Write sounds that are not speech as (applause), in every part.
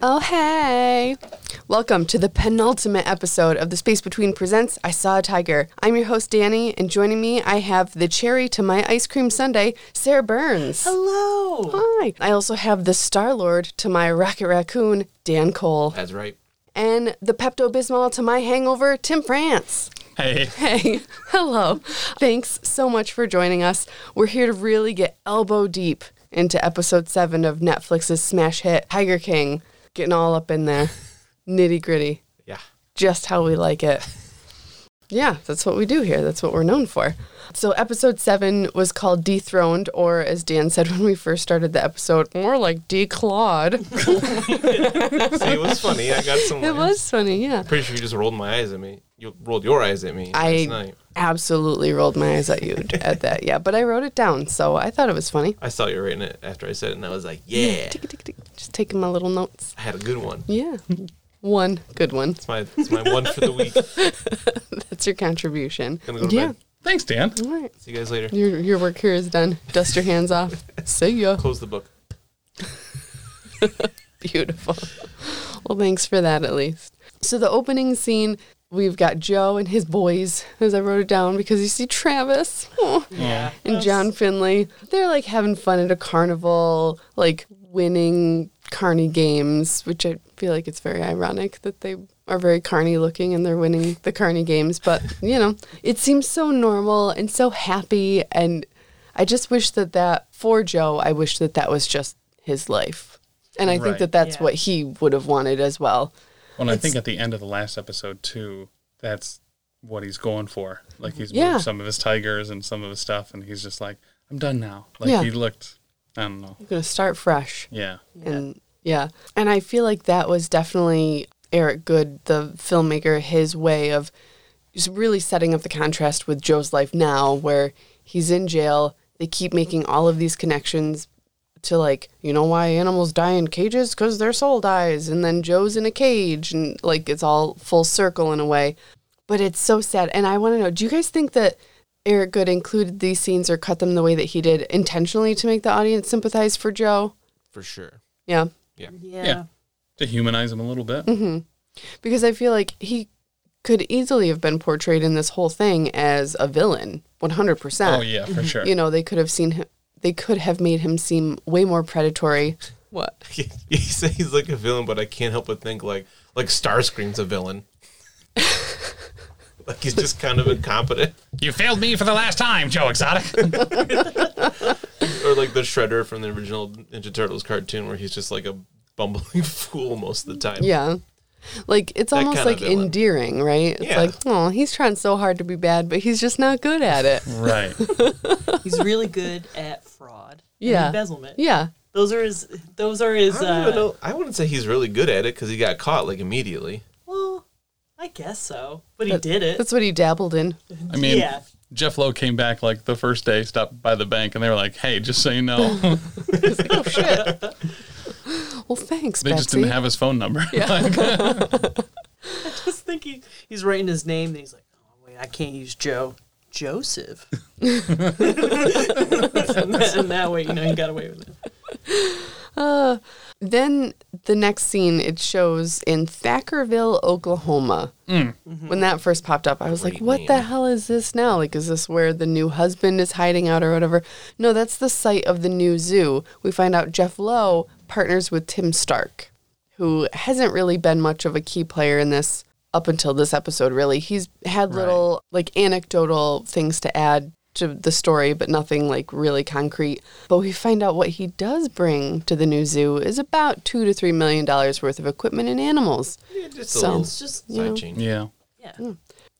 Oh, hey. Welcome to the penultimate episode of The Space Between Presents I Saw a Tiger. I'm your host, Danny, and joining me, I have the cherry to my ice cream sundae, Sarah Burns. Hello. Hi. I also have the Star Lord to my Rocket Raccoon, Dan Cole, That's right. and the Pepto Bismol to my hangover, Tim France. Hey, Hey, hello. Thanks so much for joining us. We're here to really get elbow deep into episode seven of Netflix's smash hit, Tiger King. Getting all up in there, nitty gritty, Yeah. just how we like it. Yeah, that's what we do here. That's what we're known for. So, episode seven was called Dethroned, or as Dan said (laughs) when we first started the episode, more like Declawed. See, it was funny. I got some. It was funny, yeah. Pretty sure you just rolled my eyes at me. You rolled your eyes at me I last night. absolutely rolled my eyes at you at that, yeah. But I wrote it down, so I thought it was funny. I saw you writing it after I said it, and I was like, yeah, Tick, tick, tick. Just taking my little notes. I had a good one. Yeah. (laughs) One good one. It's my, it's my one for (laughs) the week. That's your contribution. Gonna go to yeah. bed. thanks, Dan. All right. See you guys later. Your, your work here is done. Dust your hands (laughs) off. See ya. Close the book. Beautiful. Well, thanks for that at least. So the opening scene, we've got Joe and his boys, as I wrote it down, because you see Travis oh, Yeah. and John Finley. They're like having fun at a carnival, like winning carny games, which I feel like it's very ironic that they are very carny looking and they're winning the carny games. But you know, it seems so normal and so happy, and I just wish that that for Joe, I wish that that was just his life. And I think Right. that that's Yeah. what he would have wanted as well. Well, and I think at the end of the last episode too, that's what he's going for. Like he's Yeah. moved some of his tigers and some of his stuff, and he's just like, "I'm done now." Like Yeah. he looked, I don't know. I'm going to start fresh. Yeah, and yeah and i feel like that was definitely eric good the filmmaker his way of just really setting up the contrast with joe's life now where he's in jail they keep making all of these connections to like you know why animals die in cages because their soul dies and then joe's in a cage and like it's all full circle in a way but it's so sad and i want to know do you guys think that eric good included these scenes or cut them the way that he did intentionally to make the audience sympathize for joe For sure. yeah Yeah. Yeah. Mm-hmm. to humanize him a little bit. because I feel like he could easily have been portrayed in this whole thing as a villain, one hundred Oh percent. yeah, for sure. You know, they could have seen him. They could have made him seem way more predatory. What? (laughs) he said he's like a villain, but I can't help but think like like Starscream's (laughs) a villain. like he's just kind of incompetent, (laughs) You failed me for the last time, Joe Exotic. or like the Shredder from the original Ninja Turtles cartoon, where he's just like a bumbling (laughs) fool most of the time. Yeah, like it's That almost kinda like villain. endearing, right? It's Yeah. like, oh, he's trying so hard to be bad, but he's just not good at (laughs) it. (laughs) right. He's really good at fraud. and Yeah. embezzlement. yeah, Those are his. Those are his. I don't even Uh, know. I wouldn't say he's really good at it because he got caught like immediately. well, I guess so. But he did it. that's what he dabbled in. I mean, (laughs) Yeah. Jeff Lowe came back like the first day, stopped by the bank, and they were like, "Hey, just so you (laughs) know, Oh shit. well, thanks, they Betsy. just didn't have his phone number." Like, Just think he, he's writing his name. And he's like, oh wait, I can't use Joe. Joseph. (laughs) (laughs) and, that, and that way, you know, he got away with it. Then the next scene it shows in Thackerville, Oklahoma. Mm-hmm. When that first popped up, I was like, Great "What name. the hell is this now? Like, is this where the new husband is hiding out or whatever?" No, that's the site of the new zoo. We find out Jeff Lowe partners with Tim Stark, who hasn't really been much of a key player in this up until this episode. Really, he's had little like anecdotal things to add to the story, but nothing like really concrete. But we find out what he does bring to the new zoo is about two to three million dollars worth of equipment and animals. Yeah, just So- a little It's just, side change. (laughs) yeah. yeah. Hmm.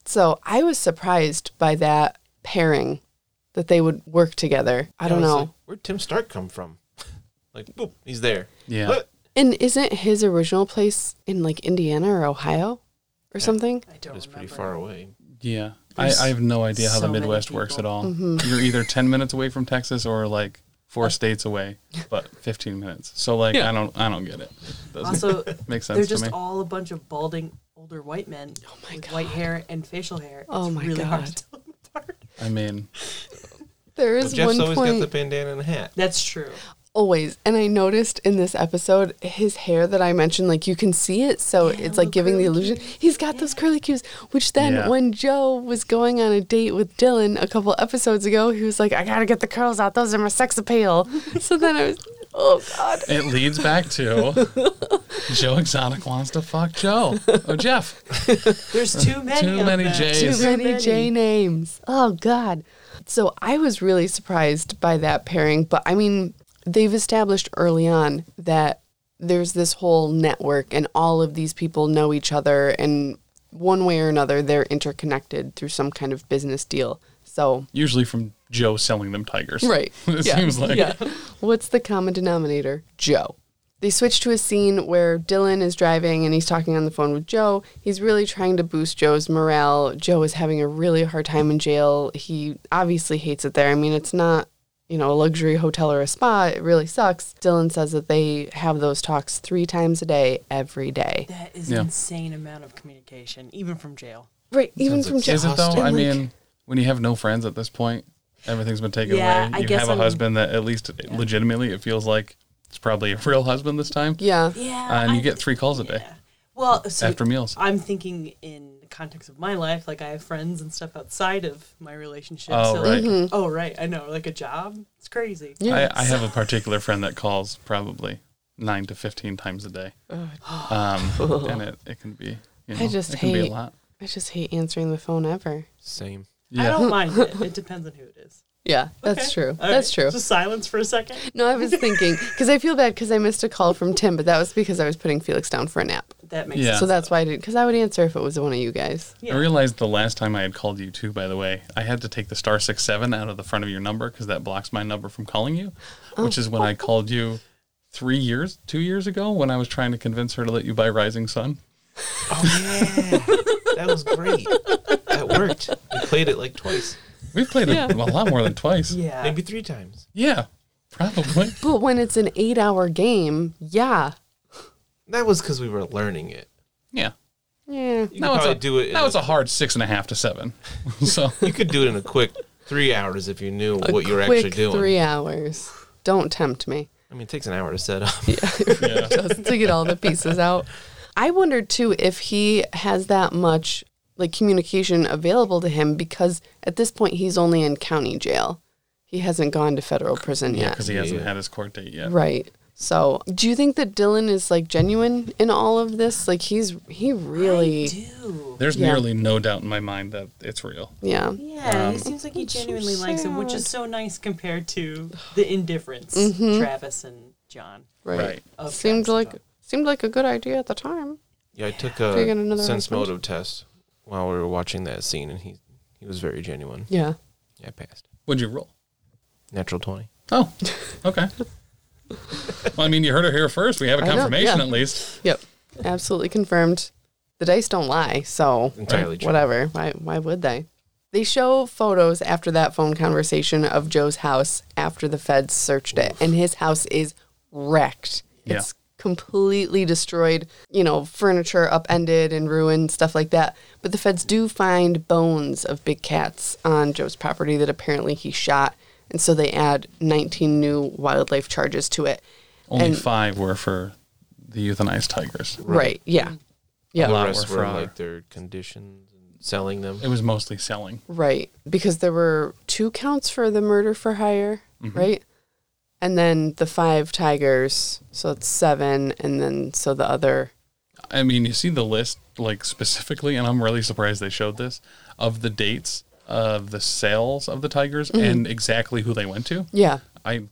So I was surprised by that pairing that they would work together. I don't was know. like, Where'd Tim Stark come from? (laughs) Like, boop, he's there. Yeah. What? and isn't his original place in like Indiana or Ohio or something? I don't It's pretty remember. far away. Yeah. I, There's I have no idea how so the many Midwest works at people. all. Mm-hmm. You're either 10 minutes away from Texas or like Oh. four states away, but 15 minutes. So like I don't I don't get it. It doesn't Also, make sense they're to me. just all a bunch of balding older white men Oh my with God. white hair and facial hair. It's Oh my really hard God. to tell them apart. I mean, There Well, is Jeff's one always point. got the bandana and a hat. That's true. Always. And I noticed in this episode his hair that I mentioned, like you can see it, so it's like giving the illusion he's got those curly cues. Which then Yeah. when Joe was going on a date with Dylan a couple episodes ago, he was like, I gotta get the curls out, those are my sex appeal. (laughs) so then I was Oh God. It leads back (laughs) to Joe Exotic wants to fuck Joe. Oh, Jeff. There's too many. Too of many them. J's. Too Yes. many J names. Oh God. So I was really surprised by that pairing, but I mean, they've established early on that there's this whole network and all of these people know each other and one way or another they're interconnected through some kind of business deal. So Usually from Joe selling them tigers. Right. (laughs) it seems like. Yeah. (laughs) What's the common denominator? Joe. They switch to a scene where Dylan is driving and he's talking on the phone with Joe. He's really trying to boost Joe's morale. Joe is having a really hard time in jail. He obviously hates it there. I mean, it's not, you know, a luxury hotel or a spa. It really sucks. Dylan says that they have those talks three times a day, every day. That is Yeah. insane amount of communication, even from jail. Right. Even Sounds from like- jail. Is it though? And, I like, mean, when you have no friends at this point, everything's been taken Yeah, away. I You guess have a I'm- husband that at least legitimately it feels like it's probably a real husband this time. Yeah. Yeah. Uh, And you get three calls a day Yeah. Well, so after meals. I'm thinking in the context of my life, like I have friends and stuff outside of my relationship. Oh, so right. like, Mm-hmm. oh right, I know, like a job. It's crazy. Yeah. I, I have a particular friend that calls probably nine to fifteen times a day, um, and it, it can be. You know, I just it can be hate- a lot. I just hate answering the phone ever. Same. I Yeah, don't mind (laughs) it. It depends on who it is. Yeah, that's Okay. true. All that's right. true. Just silence for a second. No, I was thinking because I feel bad because I missed a call from Tim, but that was because I was putting Felix down for a nap. That makes Yeah. sense. So that's why I didn't. Because I would answer if it was one of you guys. Yeah. I realized the last time I had called you too. By the way, I had to take the star six seven out of the front of your number because that blocks my number from calling you, which is when I called you three years, two years ago when I was trying to convince her to let you buy Rising Sun. Oh (laughs) yeah, that was great. That worked. We played it like twice, We've played it a lot more than twice. Yeah, Yeah. maybe three times. probably. But when it's an eight-hour game, yeah, That was because we were learning it. Yeah. yeah, You could probably a, do it. in That was a hard six and a half to seven. (laughs) so you could do it in a quick three hours if you knew A what you were quick actually doing. Three hours. Don't tempt me. I mean, it takes an hour to set up. yeah. just to get all the pieces out. I wondered too if he has that much like communication available to him because at this point he's only in county jail. He hasn't gone to federal prison yet. because he hasn't Yeah. had his court date yet. Right. So, do you think that Dylan is like genuine in all of this? Like he's he I really do. There's Yeah. nearly no doubt in my mind that it's real. yeah. Yeah, um, it seems like he genuinely likes him, which is so nice compared to the indifference Mm-hmm. Travis and John. Right. Right. Of Seemed Travis like and John. seemed like a good idea at the time. Yeah, I took Figured a another sense husband. motive test while we were watching that scene, and he he was very genuine. Yeah. Yeah, I passed. Would you roll? Natural twenty. Oh, (laughs) okay. well, I mean, you heard her here first. We have a I know, confirmation yeah. at least. Yep. Absolutely confirmed. The dice don't lie, so Entirely true. whatever. Why why would they? They show photos after that phone conversation of Joe's house after the feds searched it and his house is wrecked. Yeah. It's completely destroyed, you know, furniture upended and ruined, stuff like that. But the feds do find bones of big cats on Joe's property that apparently he shot. And so they add 19 new wildlife charges to it. Only And- five were for the euthanized tigers. Right. yeah. Yeah. The lot rest were were fraud. like their conditions and selling them. It was mostly selling. Right. Because there were two counts for the murder for hire, right? And then the five tigers. So it's seven. And then so the other. I mean, you see the list like specifically, and I'm really surprised they showed this of the dates of the sales of the tigers Mm-hmm. and exactly who they went to. Yeah. I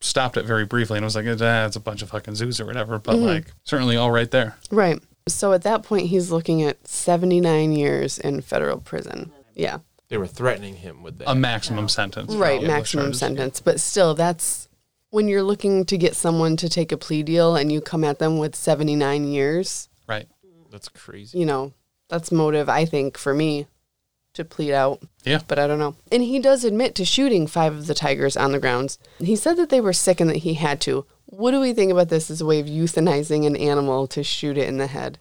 stopped it very briefly and I was like, ah, it's a bunch of fucking zoos or whatever, but Mm-hmm. like certainly all right there. Right. So at that point, he's looking at 79 years in federal prison. Yeah. They were threatening him with that. A maximum sentence. for all Right. those Maximum charges. sentence. But still, that's when you're looking to get someone to take a plea deal and you come at them with 79 years, Right. That's crazy. you know, that's motive, I think, for me to plead out. Yeah. but I don't know. And he does admit to shooting five of the tigers on the grounds. He said that they were sick and that he had to. What do we think about this as a way of euthanizing an animal to shoot it in the head?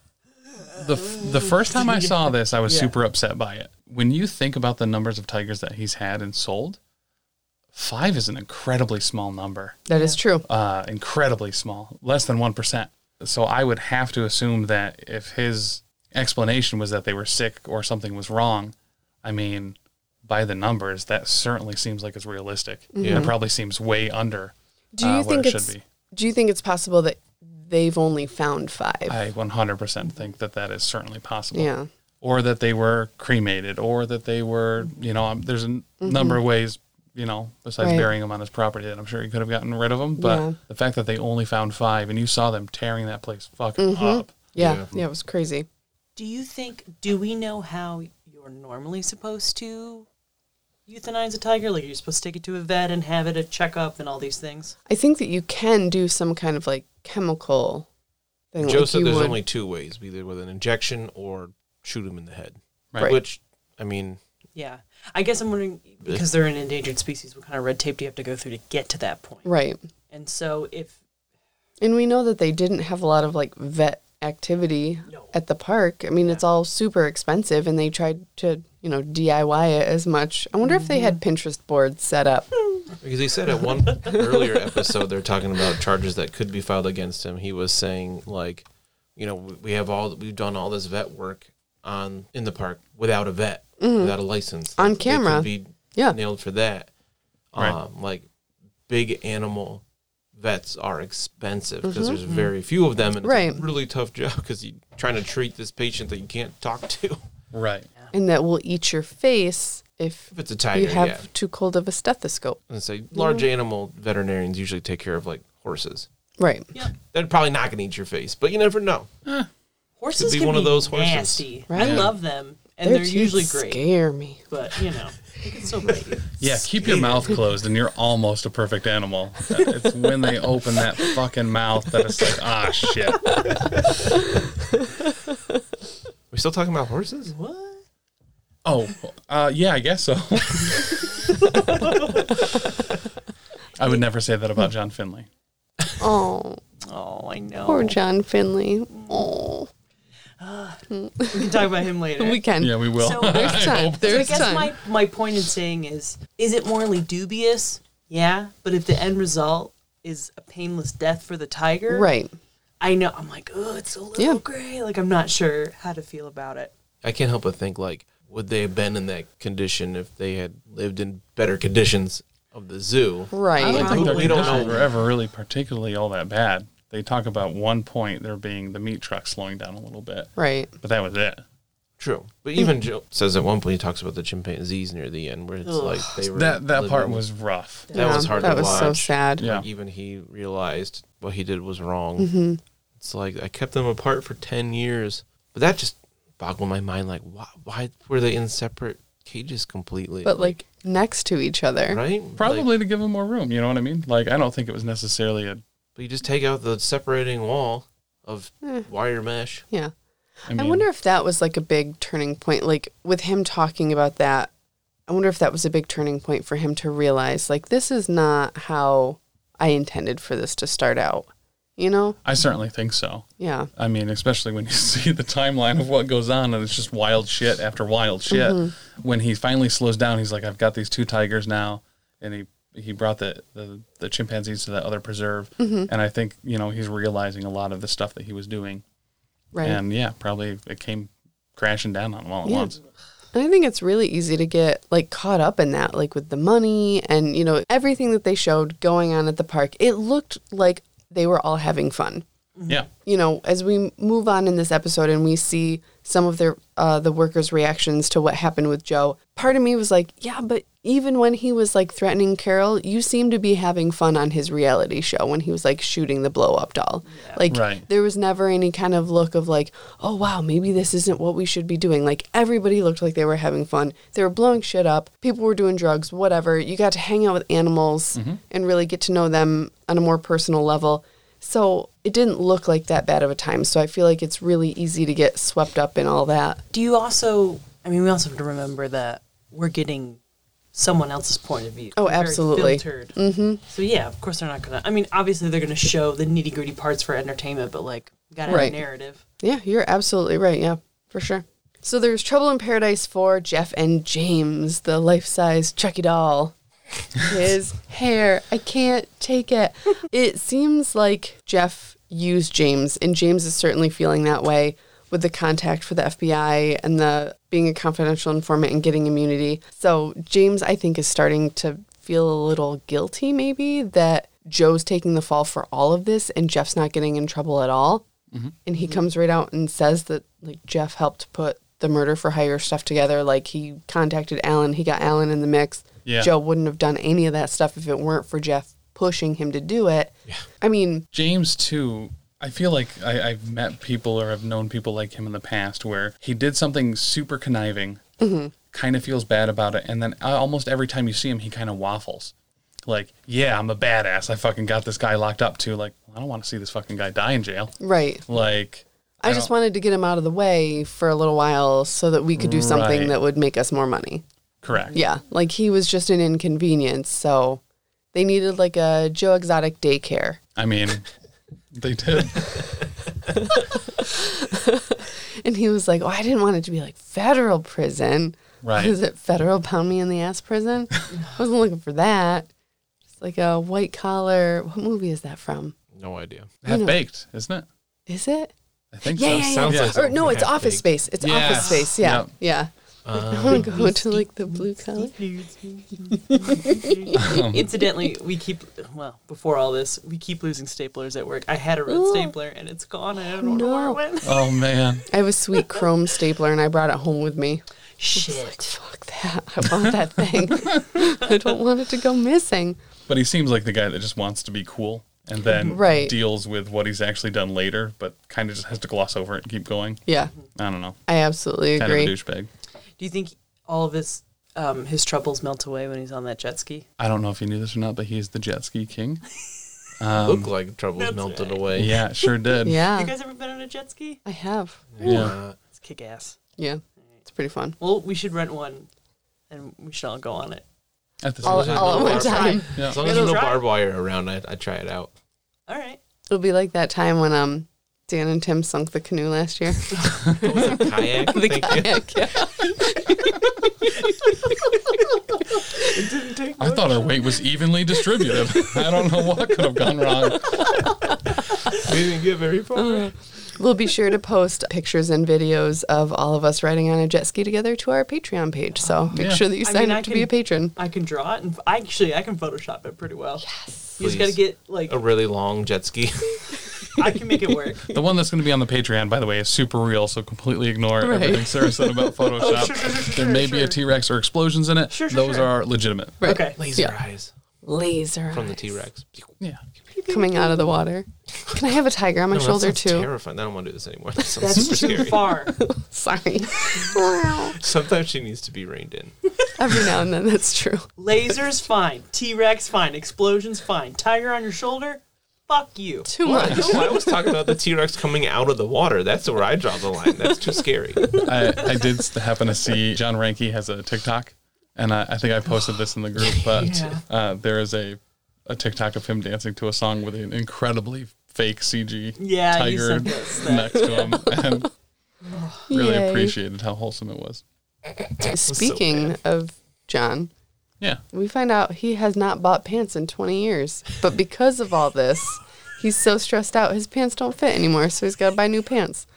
The, f- the first time I saw this, (laughs) I was Yeah. super upset by it. When you think about the numbers of tigers that he's had and sold, Five is an incredibly small number, That is true. uh, incredibly small, less than 1%. So I would have to assume that if his explanation was that they were sick or something was wrong, I mean, by the numbers, that certainly seems like it's realistic. Mm-hmm. Yeah. It probably seems way under Do you uh, where think it should it's be. Do you think it's possible that they've only found five? I 100% think that that is certainly possible. yeah. Or that they were cremated, or that they were, you know, um, there's a n- number of ways, you know, besides Mm-hmm. Right. burying them on his property that I'm sure he could have gotten rid of them. But Yeah. the fact that they only found five and you saw them tearing that place fucking Mm-hmm. up. yeah. Yeah. Yeah. It was crazy. Do you think? Do we know how you're normally supposed to euthanize a tiger? Like you're supposed to take it to a vet and have it a checkup and all these things. I think that you can do some kind of like chemical thing. Joe like said you there's would- only two ways: either with an injection or shoot him in the head. Right. Which, I mean, Yeah, I guess I'm wondering because they're an endangered species. What kind of red tape do you have to go through to get to that point? right, And so if and we know that they didn't have a lot of like vet activity No. at the park. I mean, it's all super expensive, and they tried to you know DIY it as much. I wonder if they Mm-hmm. had Pinterest boards set up. because he said at one earlier episode they're talking about charges that could be filed against him. He was saying like, you know, we we have all we've done all this vet work on in the park without a vet, without a license, Mm-hmm. On They could camera. be Yeah. nailed for that. Right. Um, like big animal vets are expensive because there's very few of them, and Mm-hmm. Right. it's a really tough job because you're trying to treat this patient that you can't talk to. (laughs) Right. and that will eat your face if If it's a tiger, you have yeah. too cold of a stethoscope. And say large animal veterinarians usually take care of like horses. Right. They're probably not gonna eat your face, but you never know. horses be can one be of those horses. nasty, Right. I love them and they're, teeth usually great, Scare me. but you know, they can still bite you. Yeah, keep your mouth closed and you're almost a perfect animal. It's when they open that fucking mouth that it's like, ah, shit. We're still talking about horses? What? Oh, uh, yeah, I guess so. (laughs) I would never say that about John Finley. Oh, Oh, I know. poor John Finley. Oh, We can talk about him later. (laughs) we can. Yeah, we will. So- (laughs) There's time. There's I guess time. my, my point in saying is is it morally dubious? Yeah, but if the end result is a painless death for the tiger, right. I know I'm like, oh, it's a little Yeah. gray. Like I'm not sure how to feel about it. I can't help but think like, would they have been in that condition if they had lived in better conditions of the zoo? Right. I don't think their We don't conditions know. were ever really particularly all that bad. They talk about one point there being the meat truck slowing down a little bit, Right. but that was it. True. But even Joe says at one point he talks about the chimpanzees near the end where it's Ugh. like they were That that part living- was rough. that was hard That to was watch. so sad. Yeah, Even he realized what he did was wrong. Mm-hmm. It's like I kept them apart for ten years, but that just boggled my mind. Like, why, why were they in separate cages completely? But like next to each other. right? Like, probably to give them more room. You know what I mean? Like, I don't think it was necessarily a. but you just take out the separating wall of wire mesh. Yeah. I, mean, I wonder if that was like a big turning point. Like with him talking about that, I wonder if that was a big turning point for him to realize like this is not how I intended for this to start out. You know? I certainly think so. Yeah. I mean, especially when you (laughs) see the timeline of what goes on, and it's just wild shit after wild shit. Mm-hmm. When he finally slows down, he's like, "I've got these two tigers now," and he he brought the the, the chimpanzees to that other preserve, Mm-hmm. and I think you know he's realizing a lot of the stuff that he was doing, Right. and yeah, probably it came crashing down on him all at Yeah. once. And I think it's really easy to get like caught up in that, like with the money and, you know, everything that they showed going on at the park. It looked like they were all having fun. Yeah, you know, as we move on in this episode and we see some of their uh, the workers' reactions to what happened with Joe, part of me was like, yeah, but even when he was like threatening Carol, you seem to be having fun on his reality show when he was like shooting the blow up doll. Like Right. there was never any kind of look of like, oh wow, maybe this isn't what we should be doing. Like everybody looked like they were having fun. They were blowing shit up. People were doing drugs, whatever. You got to hang out with animals and really get to know them on a more personal level. So it didn't look like that bad of a time. So I feel like it's really easy to get swept up in all that. Do you also? I mean, we also have to remember that we're getting someone else's point of view. Oh, We're very absolutely. Filtered. Mm-hmm. So yeah, of course they're not gonna. I mean, obviously they're gonna show the nitty gritty parts for entertainment, but like, we gotta Right. have a narrative. Yeah, you're absolutely right. Yeah, for sure. So there's Trouble in Paradise for Jeff and James, the life size Chucky E. doll. his hair. I can't take it. It seems like Jeff used James, and James is certainly feeling that way with the contact for the FBI and the being a confidential informant and getting immunity. So James, I think, is starting to feel a little guilty, maybe that Joe's taking the fall for all of this, and Jeff's not getting in trouble at all. And he comes right out and says that like Jeff helped put the murder for hire stuff together. Like he contacted Alan, he got Alan in the mix. Yeah. Joe wouldn't have done any of that stuff if it weren't for Jeff pushing him to do it. I mean, James too. I feel like I, I've met people or I've known people like him in the past where he did something super conniving, Mm-hmm. kind of feels bad about it, and then uh, almost every time you see him, he kind of waffles. Like, yeah, I'm a badass. I fucking got this guy locked up too. Like, I don't want to see this fucking guy die in jail. right. Like, I just don't- wanted to get him out of the way for a little while so that we could do something Right. that would make us more money. correct. Yeah, like he was just an inconvenience, so they needed like a Joe Exotic daycare. I mean, (laughs) they did. (laughs) And he was like, "Oh, I didn't want it to be like federal prison. Right. Is it federal pound me in the ass prison? I wasn't looking for that. It's like a white collar. What movie is that from? No idea. Half baked, isn't it? Is it? I think Yeah, so. yeah, yeah. sounds like or no, something it's half Office baked. Space. It's Office Yes. Space. Yeah, Yep. yeah. (laughs) I want to go to like the blue collar. (laughs) Um, Incidentally, we keep well before all this, we keep losing staplers at work. I had a red Ooh. stapler and it's gone. I don't know No. where (laughs) it went. Oh man. I have a sweet chrome stapler, and I brought it home with me. Shit. (laughs) Fuck that! I want that thing. (laughs) I don't want it to go missing. But he seems like the guy that just wants to be cool and then Right. deals with what he's actually done later, but kind of just has to gloss over it and keep going. Yeah, I don't know. I absolutely Kind of a agree. douchebag. Do you think all of his um, his troubles melt away when he's on that jet ski? I don't know if you knew this or not, but he is the jet ski king. Looked like troubles melted away. Yeah, it sure did. You Yeah, guys ever been on a jet ski? I have. Yeah. Uh, It's kick ass. Yeah, it's pretty fun. Well, we should rent one, and we should all go on it. At the All, same all at one Barbed wire. time. Yeah. As long as there's It'll no dry. barbed wire around, I, I try it out. (laughs) All right. It'll be like that time when um Dan and Tim sunk the canoe last year. (laughs) What was it, kayak? the (laughs) Thank you. kayak. Yeah. I thought our weight was evenly distributed. (laughs) I don't know what could have gone wrong. We didn't get very far. We'll be sure to post pictures and videos of all of us riding on a jet ski together to our Patreon page. So make Yeah. sure that you I sign mean, up I to be can- a patron. I can draw it, and I actually I can Photoshop it pretty well. Yes. You just gotta Please. get like A really long jet ski. (laughs) I can make it work. The one that's going to be on the Patreon, by the way, is super real, so completely ignore Right. everything Sarah said (laughs) about Photoshop. Oh, sure, sure, sure, there may be a sure. T Rex or explosions in it. Sure, sure, Those sure. are legitimate. Right. Okay. Laser Yeah. eyes Laser from the T Rex. Yeah. coming out of the water. Can I have a tiger on my shoulder too? Terrifying. I don't want to do this anymore. (laughs) That sounds That's super too scary. far. Sorry. Sometimes she needs to be reined (laughs) in. Every now and then, that's true. Lasers fine. T Rex fine. Explosions fine. Tiger on your shoulder. Fuck you. Too much. No, I was talking about the T Rex coming out of the water. That's where I draw the line. That's too scary. I, I did s- happen to see John Ranke has a TikTok, and I, I think I posted this in the group, but (gasps) Yeah. uh, there is a, a TikTok of him dancing to a song with an incredibly fake CG Yeah, you tiger sent us that. next to (laughs) him, and really Yay. appreciated how wholesome it was. Speaking of John, Yeah. we find out he has not bought pants in 20 years. But because of all this, he's so stressed out, his pants don't fit anymore. So he's got to buy new pants.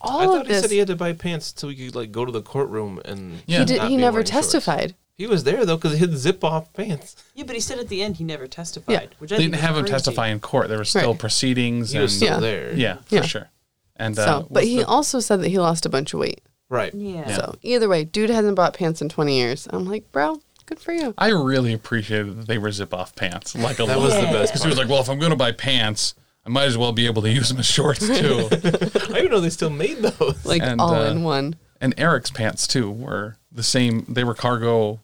I All of thought he this, said he, he had to buy pants so he could like go to the courtroom and. Yeah. He did, not he be never wearing shorts. testified. He was there though because he had zip off pants. Yeah, but he said at the end he never testified. Yeah. Which I They think didn't is have him crazy. testify in court. There were still Right. proceedings. He And, was still Yeah. there. Yeah, for Yeah. sure. And uh, So, but what's he the- also said that he lost a bunch of weight. (laughs) Right. Yeah. Yeah. So either way, dude hasn't bought pants in 20 years. I'm like, bro, good for you. I really appreciated that they were zip off pants. Like a That was the Yeah. best. because he was like, well, if I'm going to buy pants, I might as well be able to use them as shorts (laughs) too. I didn't know they still made those. Like And, all uh, in one and Eric's pants too were the same. They were cargo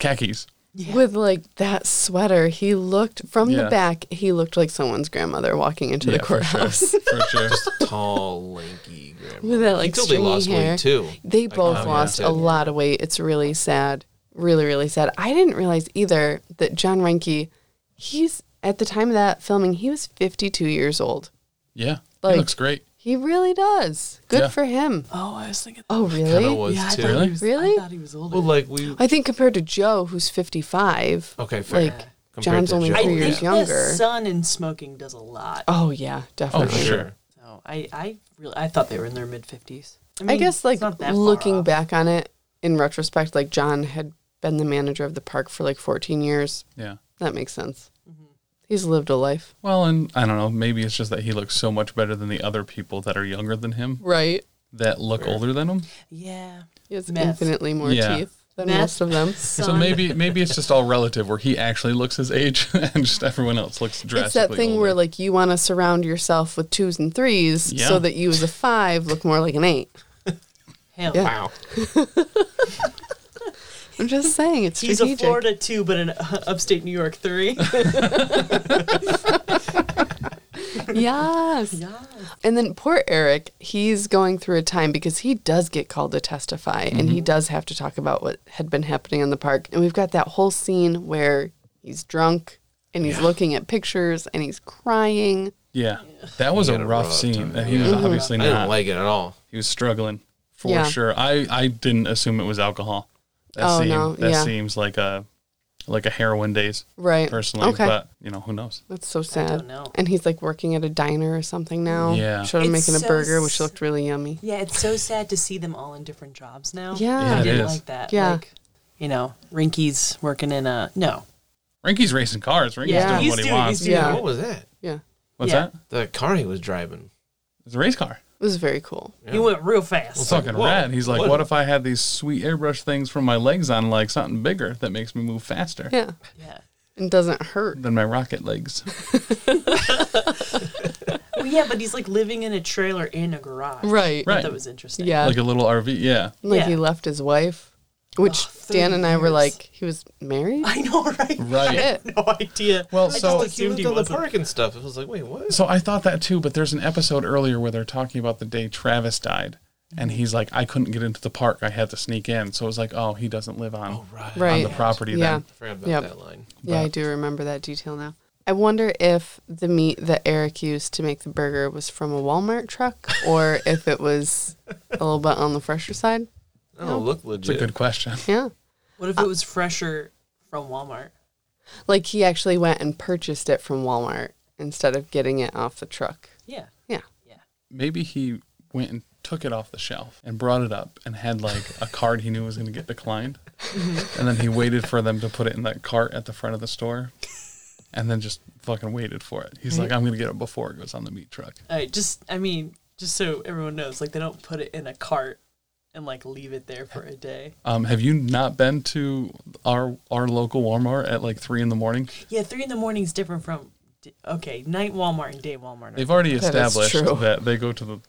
khakis. with like that sweater. He looked from Yeah. the back. He looked like someone's grandmother walking into the for sure. courthouse. (laughs) For (laughs) sure. (laughs) Tall, lanky grandma. With that, like, Until they stringy lost hair. weight too. oh, They both how you lost said. a lot of weight. It's really sad. Really, really sad. I didn't realize either that John Renke, he's at the time of that filming, he was 52 years old. Yeah. Like- he looks great. He really does. Good Yeah. for him. Oh, I was thinking. Oh, Kinda really? was yeah, I too. thought Really? He was, Really? I thought he was older. Well, like we I think compared to Joe, who's 55. okay, fair. like, John's only Joe, I three think years the younger. sun and smoking does a lot. Oh, yeah, For definitely. sure. So I, I really, I thought they were in their mid fifties. I guess, like, looking back. back on it in retrospect, like, John had been the manager of the park for like 14 years. Yeah. That makes sense. Mm-hmm. He's lived a life. Well, and I don't know. Maybe it's just that he looks so much better than the other people that are younger than him Right. that look older than him. Yeah. He has Meth. infinitely more Yeah. teeth than Meth. most of them. So maybe maybe it's just all relative, where he actually looks his age, (laughs) and just everyone else looks drastically. It's that thing older. where like you want to surround yourself with twos and threes Yeah. so that you as a five look more like an eight. Hell, Yeah. Wow. I'm just saying it's He's a strategic. Florida two, but an (laughs) uh, upstate New (laughs) York three. yes. (laughs) yeah. And then poor Eric, he's going through a time because he does get called to testify and Mm-hmm. he does have to talk about what had been happening in the park. And we've got that whole scene where he's drunk and he's looking at pictures and he's crying. yeah, that was He a had rough, a rough scene. time. That he was obviously I didn't not. like it at all. he was struggling for Yeah. sure. I I didn't assume it was alcohol. That Oh, seem- no, That yeah. seems like a like a heroin days Right. personally, Okay. but you know who knows. That's so sad. don't know. And he's like working at a diner or something now. Yeah. Showed him It's making a so burger, which s- looked really yummy. Yeah, it's so sad to see them all in different jobs now. Yeah. Yeah, I it didn't is. like that. Yeah. Like, you know, Rinky's working in a no. Rinky's racing cars. Rinky's Yeah. doing He's what he doing- wants. he's Yeah. What was that? Yeah. What's Yeah. that? The car he was driving. It's a race car. It was very cool. Yeah. He went real fast. It's fucking whoa, rad. He's like, what- what? if I had these sweet airbrush things for my legs on, like something bigger that makes me move faster Yeah. yeah. And doesn't hurt. than my rocket legs? Well, yeah, but he's like living in a trailer in a garage. Right. Right. That was interesting. Yeah. like Like, a little RV. Yeah. he Yeah. left his wife, which Ugh, 30 Dan and I were years. like, he was (laughs) married? I know, right? Right. I had no idea. Well, I just so- Like he assumed lived he on the wasn't. park and stuff. It was like, wait, what? So I thought that too, but there's an episode earlier where they're talking about the day Travis died. Mm-hmm. And he's like, I couldn't get into the park. I had to sneak in. So it was like, oh, he doesn't live on, Oh right. Right. on the property Yeah. then. I forgot about Yep. that line. Yeah, I do remember that detail now. I wonder if the meat that Eric used to make the burger was from a Walmart truck or if it was a little bit on the fresher side. I don't look It's a legit. good question. (laughs) Yeah. What if it was fresher from Walmart? Like he actually went and purchased it from Walmart instead of getting it off the truck. Yeah. Yeah. Yeah. Maybe he went and took it off the shelf and brought it up and had like a card he knew was going to get declined. Mm-hmm. and then he waited for them to put it in that cart at the front of the store and then just fucking waited for it. He's Mm-hmm. like, I'm going to get it before it goes on the meat truck. All right, just I mean, just so everyone knows, like they don't put it in a cart and like leave it there for a day. Um, have you not been to our our local Walmart at like three in the morning? Yeah, three in the morning is different from d- okay night Walmart and day Walmart. They've already is established true. that they go to the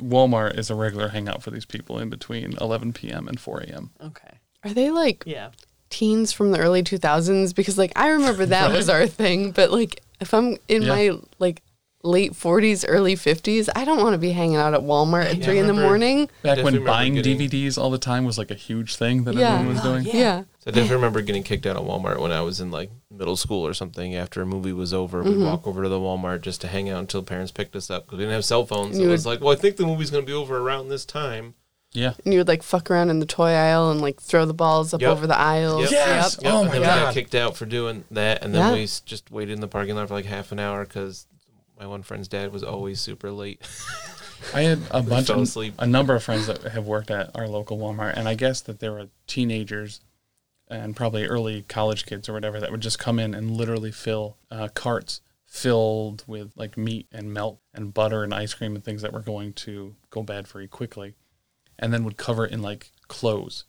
Walmart is a regular hangout for these people in between 11 p.m. and 4 a.m. okay, Are they like yeah, teens from the early 2000s? Because like I remember that (laughs) was our thing, but like if I'm in Yeah. my like late 40s, early 50s, I don't want to be hanging out at Walmart at Yeah, I three in the remember- morning. Back Definitely when remember buying getting- DVDs all the time was like a huge thing that Yeah. Oh, everyone was doing. yeah. Yeah. So I (laughs) definitely remember getting kicked out of Walmart when I was in like middle school or something. After a movie was over, Mm-hmm. we'd walk over to the Walmart just to hang out until parents picked us up because we didn't have cell phones. You it was like, well, I think the movie's going to be over around this time. Yeah. And you would like fuck around in the toy aisle and like throw the balls up Yep. over the aisles. Yep. Yes. Yep, Oh and my then we God. got kicked out for doing that, and then Yeah. we s- just waited in the parking lot for like half an hour because my one friend's dad was always super late. (laughs) I had a bunch fell of asleep. a number of friends that have worked at our local Walmart, and I guess that there were teenagers and probably early college kids or whatever that would just come in and literally fill uh, carts filled with like meat and milk and butter and ice cream and things that were going to go bad very quickly, and then would cover it in like clothes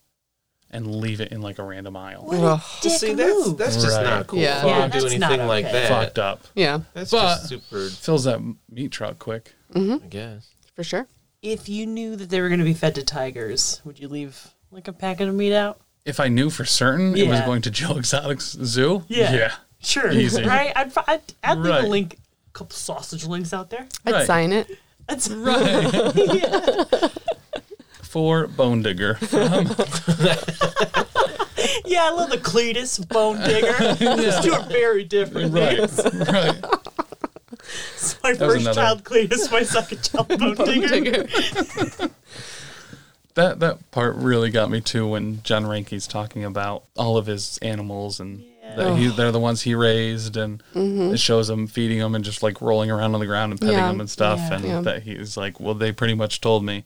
and leave it in like a random aisle. What Ugh. a dick See, that's move. that's just Right. not cool. Yeah. Fuck Yeah, do that's not anything like okay. that. Fucked up. Yeah, That's But- just super. Fills that meat truck quick. I guess. for sure. if you knew that they were going to be fed to tigers, would you leave like a packet of meat out? If I knew for certain it was Yeah. going to Joe Exotic's zoo, Yeah. yeah. Sure, Easy. right? I'd fi- I'd, I'd leave Right. a link, couple sausage links out there. I'd Right. sign it. That's (laughs) Right. yeah. For Bone (laughs) Digger. Um, yeah, I love the Cletus bone digger. Those two are very different. right. right. So my was first another- child Cletus, my second child Bone Digger. Digger. That that part really got me too when John Ranke's talking about all of his animals and Yeah. that he, they're the ones he raised and it shows him feeding them and just like rolling around on the ground and petting Mm-hmm. Yeah. them and stuff Yeah. and Yeah. that he's like, well, they pretty much told me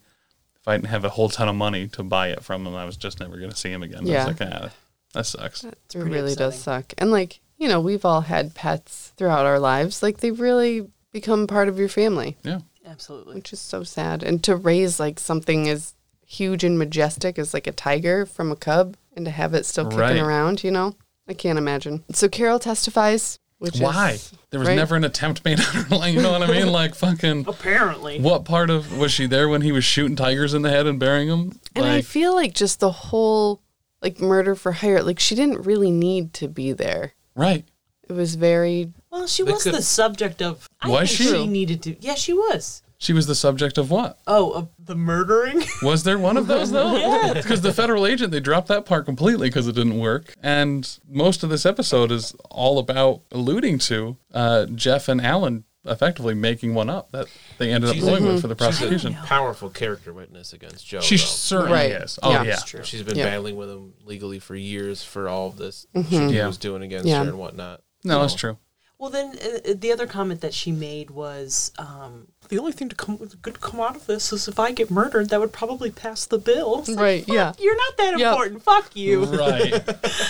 if I didn't have a whole ton of money to buy it from him, I was just never going to see him again. Yeah. I was like, ah, that sucks. it pretty really does upsetting. suck. And like, you know, we've all had pets throughout our lives. Like they've really become part of your family, Yeah, Absolutely. which is so sad. And to raise like something as huge and majestic as like a tiger from a cub and to have it still kicking Right. around, you know? I can't imagine. So Carol testifies, which why? is There was right? never an attempt made on her. Like, you know what (laughs) I mean? Like fucking. Apparently. What part of was she there when he was shooting tigers in the head and burying them? And I feel like just the whole like murder for hire, like she didn't really need to be there. right. It was very Well, she They was could- the subject of. I Was think she? needed to. Yeah, she was. She was the subject of what? Oh, of the murdering. Was there one of (laughs) those though? (laughs) Because the federal agent, they dropped that part completely because it didn't work. And most of this episode is all about alluding to uh, Jeff and Alan effectively making one up that they ended up She's- going with for the She's a prosecution. powerful character witness against Joe. She though. certainly Right. is. Oh Yeah. yeah. That's true. She's been Yeah. Mm-hmm. battling with him legally for years for all of this shit he Yeah. was doing against Yeah. her and whatnot. No, So, that's true. (laughs) Well, then uh, uh, the other comment that she made was um, the only thing to come good to come out of this is if I get murdered, that would probably pass the bill. It's like, Right, fuck, yeah. You're not that Yep. important. Fuck (laughs) you. Right.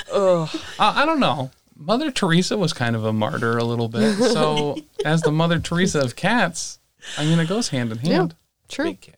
I, I don't know. Mother Teresa was kind of a martyr a little bit. (laughs) So as the Mother Teresa of cats, I mean, it goes hand in yeah, hand. true. Big cat.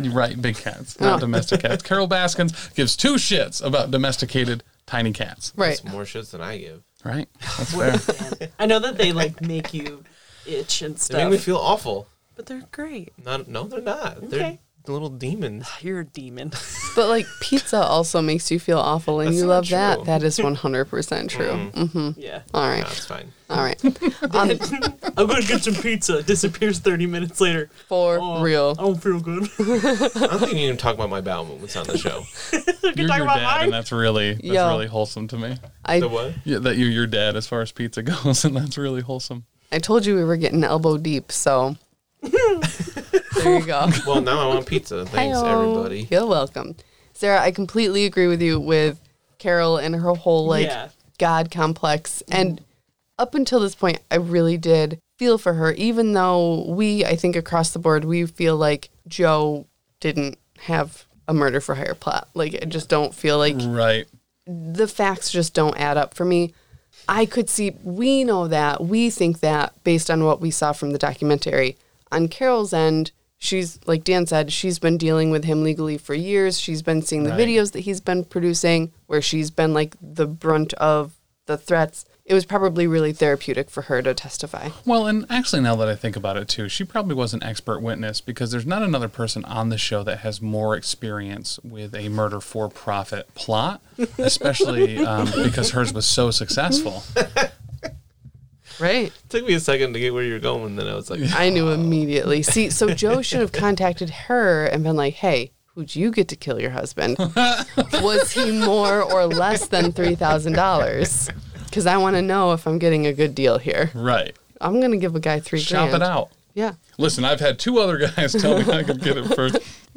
You're Right, big cats, Oh. not domestic (laughs) cats. Carol Baskins gives two shits about domesticated tiny cats. Right. That's more shits than I give. Right? That's (laughs) fair. I know that they like make you itch and They make me stuff, feel awful. but they're great. Not, no, they're not. Okay. They're little demons. You're a demon. (laughs) But like pizza also makes you feel awful, and That's you not love that. true. That is one hundred (laughs) percent true. Mm-hmm. (laughs) (laughs) yeah. All No, right, it's fine. all right. Um, Uh, (laughs) I'm gonna get some pizza. Disappears 30 minutes later. for Oh, I real, don't feel good. I don't think you can talk about my bowel movements on the show. (laughs) You're your talk about dad, mine. and that's really that's Yeah. really wholesome to me. The I what? Yeah, that you're your dad as far as pizza goes, (laughs) and that's really wholesome. I told you we were getting elbow deep, (laughs) so there you go. Well, now I want pizza. Thanks, Hi-oh. everybody. You're welcome, Sarah. I completely agree with you with Carol and her whole like Yeah. God complex. And up until this point, I really did feel for her, even though we, I think, across the board, we feel like Joe didn't have a murder for hire plot. Like, I just don't feel like Right. the facts just don't add up for me. I could see, we know that, we think that based on what we saw from the documentary. On Carol's end, she's, like Dan said, she's been dealing with him legally for years. She's been seeing the Right. videos that he's been producing where she's been like the brunt of the threats. It was probably really therapeutic for her to testify. Well, and actually, now that I think about it too, she probably was an expert witness because there's not another person on the show that has more experience with a murder for profit plot, especially um, because hers was so successful. Right. It took me a second to get where you're going, and then I was like, I knew immediately. See, so Joe should have contacted her and been like, "Hey, who'd you get to kill your husband? Was he more or less than three thousand dollars? Because I want to know if I'm getting a good deal here. Right. I'm gonna give a guy three Shop grand. it out. Yeah. Listen, I've had two other guys (laughs) tell me I could get it for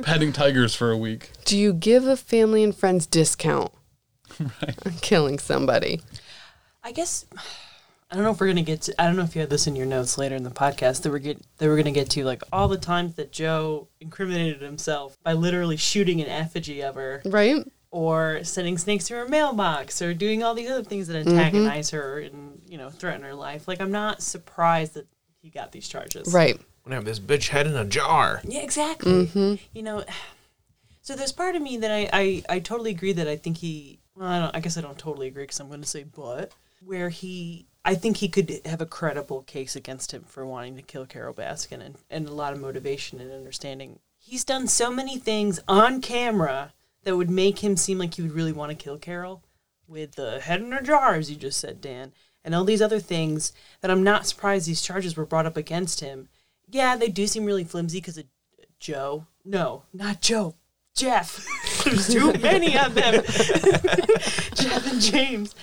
petting tigers for a week. Do you give a family and friends discount? on (laughs) Killing somebody. I guess I don't know if we're gonna get. To, I don't know if you had this in your notes later in the podcast that we're get that we're gonna get to like all the times that Joe incriminated himself by literally shooting an effigy of her, Right? or sending snakes to her mailbox, or doing all these other things that antagonize her and you know threaten her life. Like I'm not surprised that he got these charges. Right. I'm gonna have this bitch head in a jar. Yeah, exactly. You know, so there's part of me that I, I, I totally agree that I think he, well, I, don't, I guess I don't totally agree because I'm going to say but, where he, I think he could have a credible case against him for wanting to kill Carol Baskin and, and a lot of motivation and understanding. He's done so many things on camera that would make him seem like he would really want to kill Carol with the head in her jar, as you just said, Dan, and all these other things that I'm not surprised these charges were brought up against him. Yeah, they do seem really flimsy because of Joe. No, not Joe. Jeff. (laughs) There's too many of them. (laughs) Jeff and James.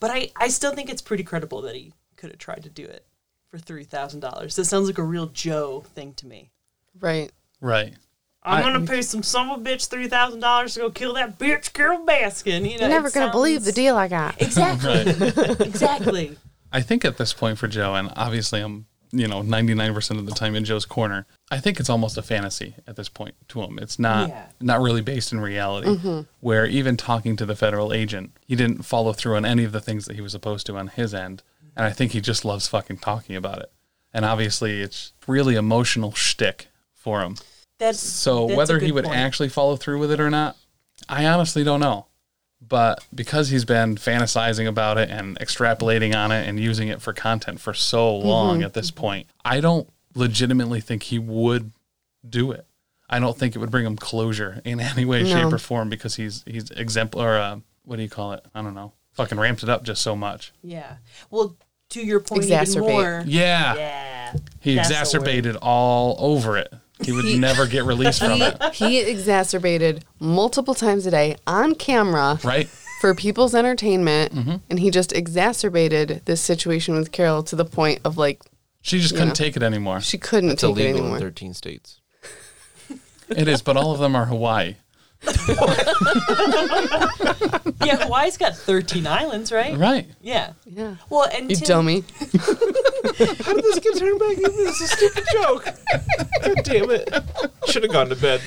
But I, I still think it's pretty credible that he could have tried to do it. for for three thousand dollars. That sounds like a real Joe thing to me. Right. Right. I'm I- gonna pay some son of a bitch three thousand dollars to go kill that bitch Carol Baskin. You know, You're never it going to believe the sounds- deal I got. Exactly, (laughs) Right. exactly. I think at this point for Joe, and obviously I'm, you know, 99% of the time in Joe's corner, I think it's almost a fantasy at this point to him. It's not Yeah. not really based in reality, where even talking to the federal agent, he didn't follow through on any of the things that he was supposed to on his end. And I think he just loves fucking talking about it. And obviously it's really emotional shtick for him. That's So that's a whether good he would point. actually follow through with it or not, I honestly don't know. But because he's been fantasizing about it and extrapolating on it and using it for content for so Mm-hmm. long at this point, I don't legitimately think he would do it. I don't think it would bring him closure in any way, shape, or form because he's he's exemplar. Uh, what do you call it? I don't know. Fucking ramped it up just so much. yeah. Well, to your point, Exacerbate. even more. Yeah, Yeah, he That's the word. exacerbated all over it. He would never get released (laughs) from it, He exacerbated multiple times a day on camera right? for people's entertainment, Mm-hmm. and he just exacerbated this situation with Carol to the point of like She just couldn't take it anymore. she couldn't It's take it illegal in anymore. 13 states. It is, but all of them are Hawaii. (laughs) yeah. Hawaii's got thirteen islands, right? Right. Yeah. Yeah. Well, and You Tim- dummy. How did this get turned back into this? It's a stupid joke. God (laughs) damn it. Should have gone to bed.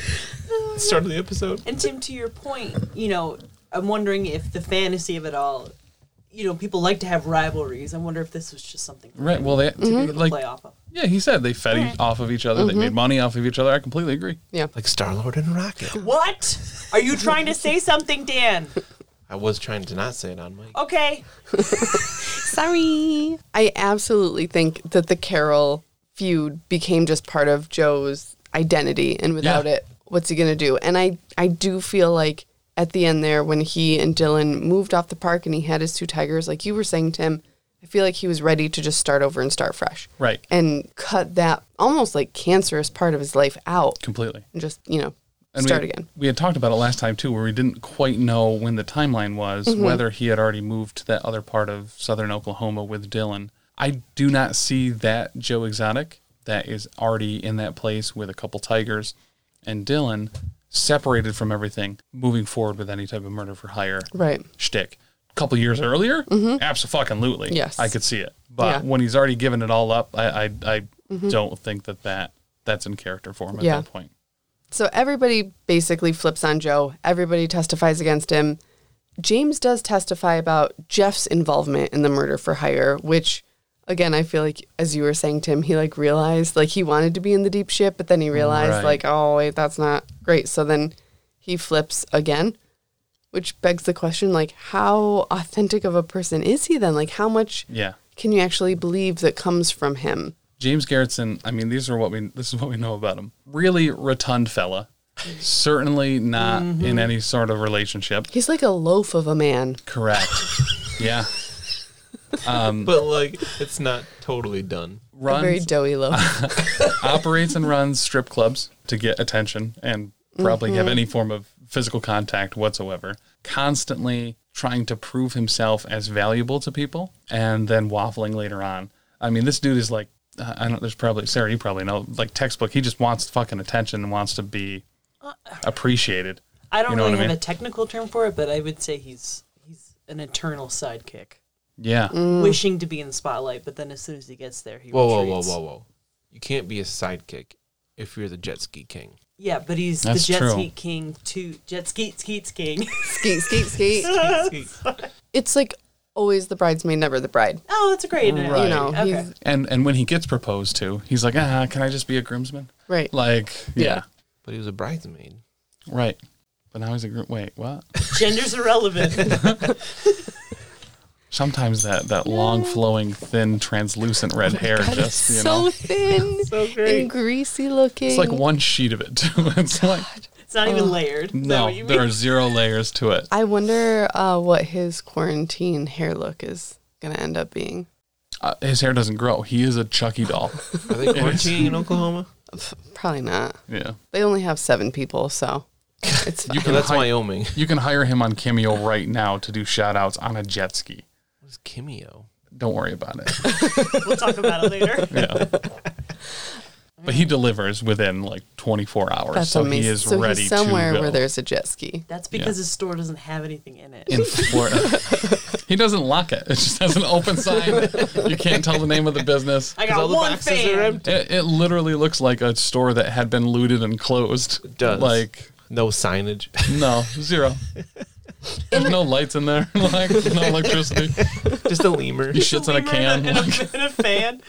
Start of the episode. And Tim, to your point, you know, I'm wondering if the fantasy of it all, you know, people like to have rivalries. I wonder if this was just something for Right. Well, they Mm-hmm. people to like play off of. yeah, he said they fed e- off of each other. They made money off of each other. I completely agree. Yeah. Like Star Lord and Rocket. What? Are you trying to say something, Dan? I was trying to not say it on mic. Okay. Sorry. I absolutely think that the Carol feud became just part of Joe's identity, and without Yeah. it, what's he gonna do? And I, I do feel like at the end there, when he and Dylan moved off the park and he had his two tigers, like you were saying, Tim, I feel like he was ready to just start over and start fresh, Right. and cut that almost like cancerous part of his life out, Completely. and just you know And start we, again. We had talked about it last time too, where we didn't quite know when the timeline was, Mm-hmm. whether he had already moved to that other part of southern Oklahoma with Dylan. I do not see that Joe Exotic that is already in that place with a couple tigers Mm-hmm. and Dylan separated from everything, moving forward with any type of murder for hire Right. shtick. A couple years earlier, absolutely. Mm-hmm. Yes. I could see it. But Yeah. Mm-hmm. when he's already given it all up, I I, I don't think that, that that's in character for him at Yeah. that point. So everybody basically flips on Joe. Everybody testifies against him. James does testify about Jeff's involvement in the murder for hire, which again, I feel like as you were saying Tim, he like realized like he wanted to be in the deep shit, but then he realized Right. like, oh wait, that's not great. So then he flips again, which begs the question like how authentic of a person is he then? Like how much Yeah. can you actually believe that comes from him? James Garrettson, I mean, these are what we this is what we know about him. Really rotund fella. Certainly not Mm-hmm. in any sort of relationship. He's like a loaf of a man. (laughs) Correct. yeah. (laughs) But, like, it's not totally done. A very Runs doughy loaf. operates and runs strip clubs to get attention and probably have any form of physical contact whatsoever. Constantly trying to prove himself as valuable to people and then waffling later on. I mean, this dude is like, I I don't, there's probably, Sarah, you probably know, like textbook. He just wants fucking attention and wants to be appreciated. I don't You know really what I have mean? a technical term for it, but I would say he's he's an eternal sidekick, Yeah. Mm. wishing to be in the spotlight, but then as soon as he gets there, he Whoa, whoa, whoa, retreats. whoa, whoa. You can't be a sidekick if you're the jet ski king. Yeah, but he's That's the jet true. ski king to jet ski skeets king. skeet, skeet, skeet. it's like always the bridesmaid, never the bride. oh, that's a great. analogy. You know, okay. he's And and when he gets proposed to, he's like, ah, can I just be a groomsman? right. Like, yeah, But he was a bridesmaid. right. But now he's a groom. Wait, what? Gender's irrelevant. Sometimes that that long, flowing, thin, translucent (laughs) red hair just you so know, thin and greasy looking. it's like one sheet of it (laughs) too. It's like It's not even layered. Is that no, what you there mean? are zero layers to it. I wonder uh, what his quarantine hair look is going to end up being. Uh, his hair doesn't grow. He is a Chucky (laughs) doll. Are (laughs) they quarantining in (laughs) Oklahoma? Pff, Probably not. Yeah, They only have seven people, so it's fine. No, that's hi- Wyoming. you can hire him on Cameo right now to do shout outs on a jet ski. What's Kimio? Don't worry about it. (laughs) (laughs) We'll talk about it later. Yeah. but he delivers within like 24 hours. That's so amazing. he is so ready he's somewhere to go where there's a jet ski. That's because his store doesn't have anything in it. in Florida. (laughs) he doesn't lock it. It just has an (laughs) open sign. You can't tell the name of the business. I 'Cause all got the one boxes are fan. empty. It, it literally looks like a store that had been looted and closed. does. Like No (laughs) signage. no zero. There's no lights in there. (laughs) like no electricity. Just a lemur. He shits in a Lemur (laughs) can. and a, like, and a fan.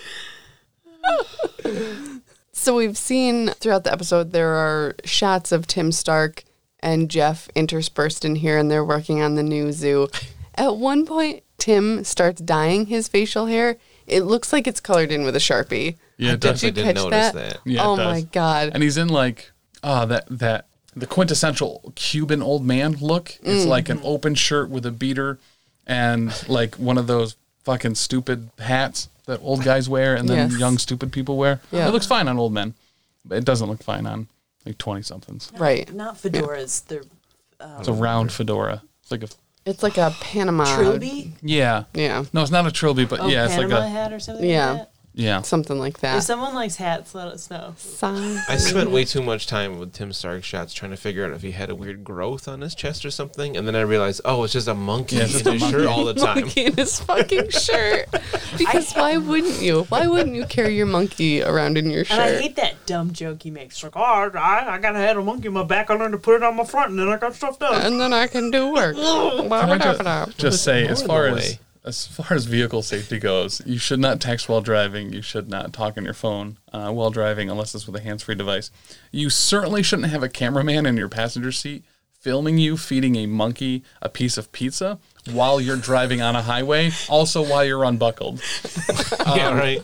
So we've seen throughout the episode there are shots of Tim Stark and Jeff interspersed in here, and they're working on the new zoo. At one point, Tim starts dyeing his facial hair. It looks like it's colored in with a sharpie. yeah, it does. Did you didn't catch notice that? that. Yeah, it oh does. my god! and he's in like ah that that the quintessential Cuban old man look. It's like an open shirt with a beater and like one of those fucking stupid hats that old guys wear and then Yes. young stupid people wear. Yeah. It looks fine on old men, but it doesn't look fine on like twenty somethings. right. Not fedoras. They're It's a round fedora. It's like a It's like a Panama. trilby. yeah. Yeah, No, it's not a trilby, but Oh, yeah, it's Panama like a hat or something. Yeah. Like that. yeah. something like If that. someone likes hats, let us know. (laughs) Sigh. I spent way too much time with Tim Stark shots trying to figure out if he had a weird growth on his chest or something, and then I realized, oh, it's just a monkey Yeah, in it's his just a monkey. shirt all (laughs) the time. monkey in his fucking shirt. Because why wouldn't you? Why wouldn't you carry your monkey around in your And I shirt? hate that dumb joke he makes. Like, oh, I, I got a head of monkey in my back. I learned to put it on my front, and then I got stuff done. And then I can do work. Can I ju- Ba-ba-da-ba-da. just say, more as in far the as way. as far as vehicle safety goes, you should not text while driving. You should not talk on your phone uh, while driving, unless it's with a hands-free device. You certainly shouldn't have a cameraman in your passenger seat filming you feeding a monkey a piece of pizza while you're driving on a highway. Also, while you're unbuckled. Um, yeah, right.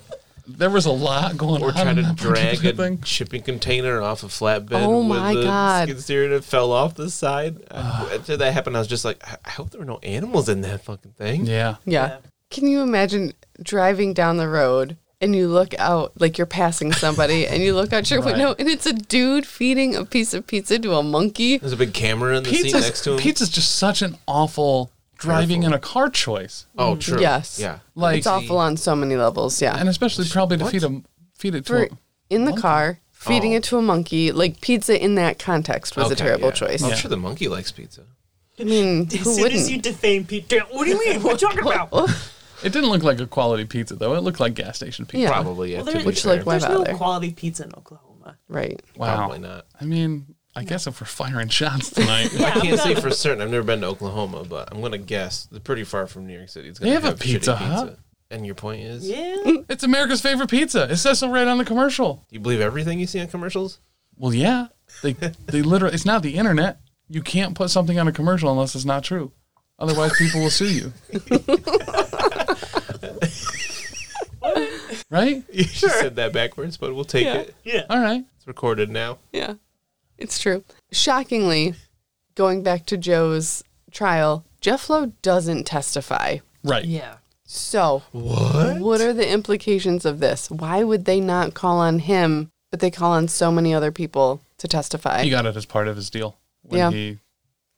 There was a lot going Or on. trying in to that drag particular a (laughs) thing. shipping container off a flatbed Oh with my the God. skid steer and it fell off the side. After that happened, I was just like, I I hope there were no animals in that fucking thing. Yeah. Yeah. Yeah. Can you imagine driving down the road and you look out, like you're passing somebody, and you look out your Right. window and it's a dude feeding a piece of pizza to a monkey? There's a big camera in the seat Pizza's, next to him. pizza's just such an awful driving Careful. in a car choice. Oh, true. Yes. Yeah. Like It's awful on so many levels. Yeah. and especially probably to feed a feed it to For a, in the car, feeding Oh. it to a monkey, like pizza in that context was a Okay, terrible yeah. choice. I'm Yeah. sure the monkey likes pizza. I mean, As who soon as you wouldn't? defame Pete, Dan- what do you mean? What are you talking about? well, It didn't look like a quality pizza though. It looked like gas station pizza. Yeah. Probably. Yeah, there- to be Which, fair. like, why there's no bother? quality pizza in Oklahoma. Right. Wow. Probably not. I mean, I guess if we're firing shots tonight, (laughs) I can't say for certain. I've never been to Oklahoma, but I'm gonna guess they're pretty far from New York City. It's gonna They have a shitty Pizza Hut. And your point is, Yeah. Mm. it's America's favorite pizza. It says so right on the commercial. you believe everything you see on commercials? (laughs) Well, yeah. They they literally it's not the internet. You can't put something on a commercial unless it's not true. Otherwise, people will sue (laughs) you. right? You just said that backwards, but we'll take Yeah. it. Yeah. All right. It's recorded now. Yeah, it's true. Shockingly, going back to Joe's trial, Jeff Lowe doesn't testify. Right. Yeah. So, what? What are the implications of this? Why would they not call on him, but they call on so many other people to testify? He got it as part of his deal when Yeah. he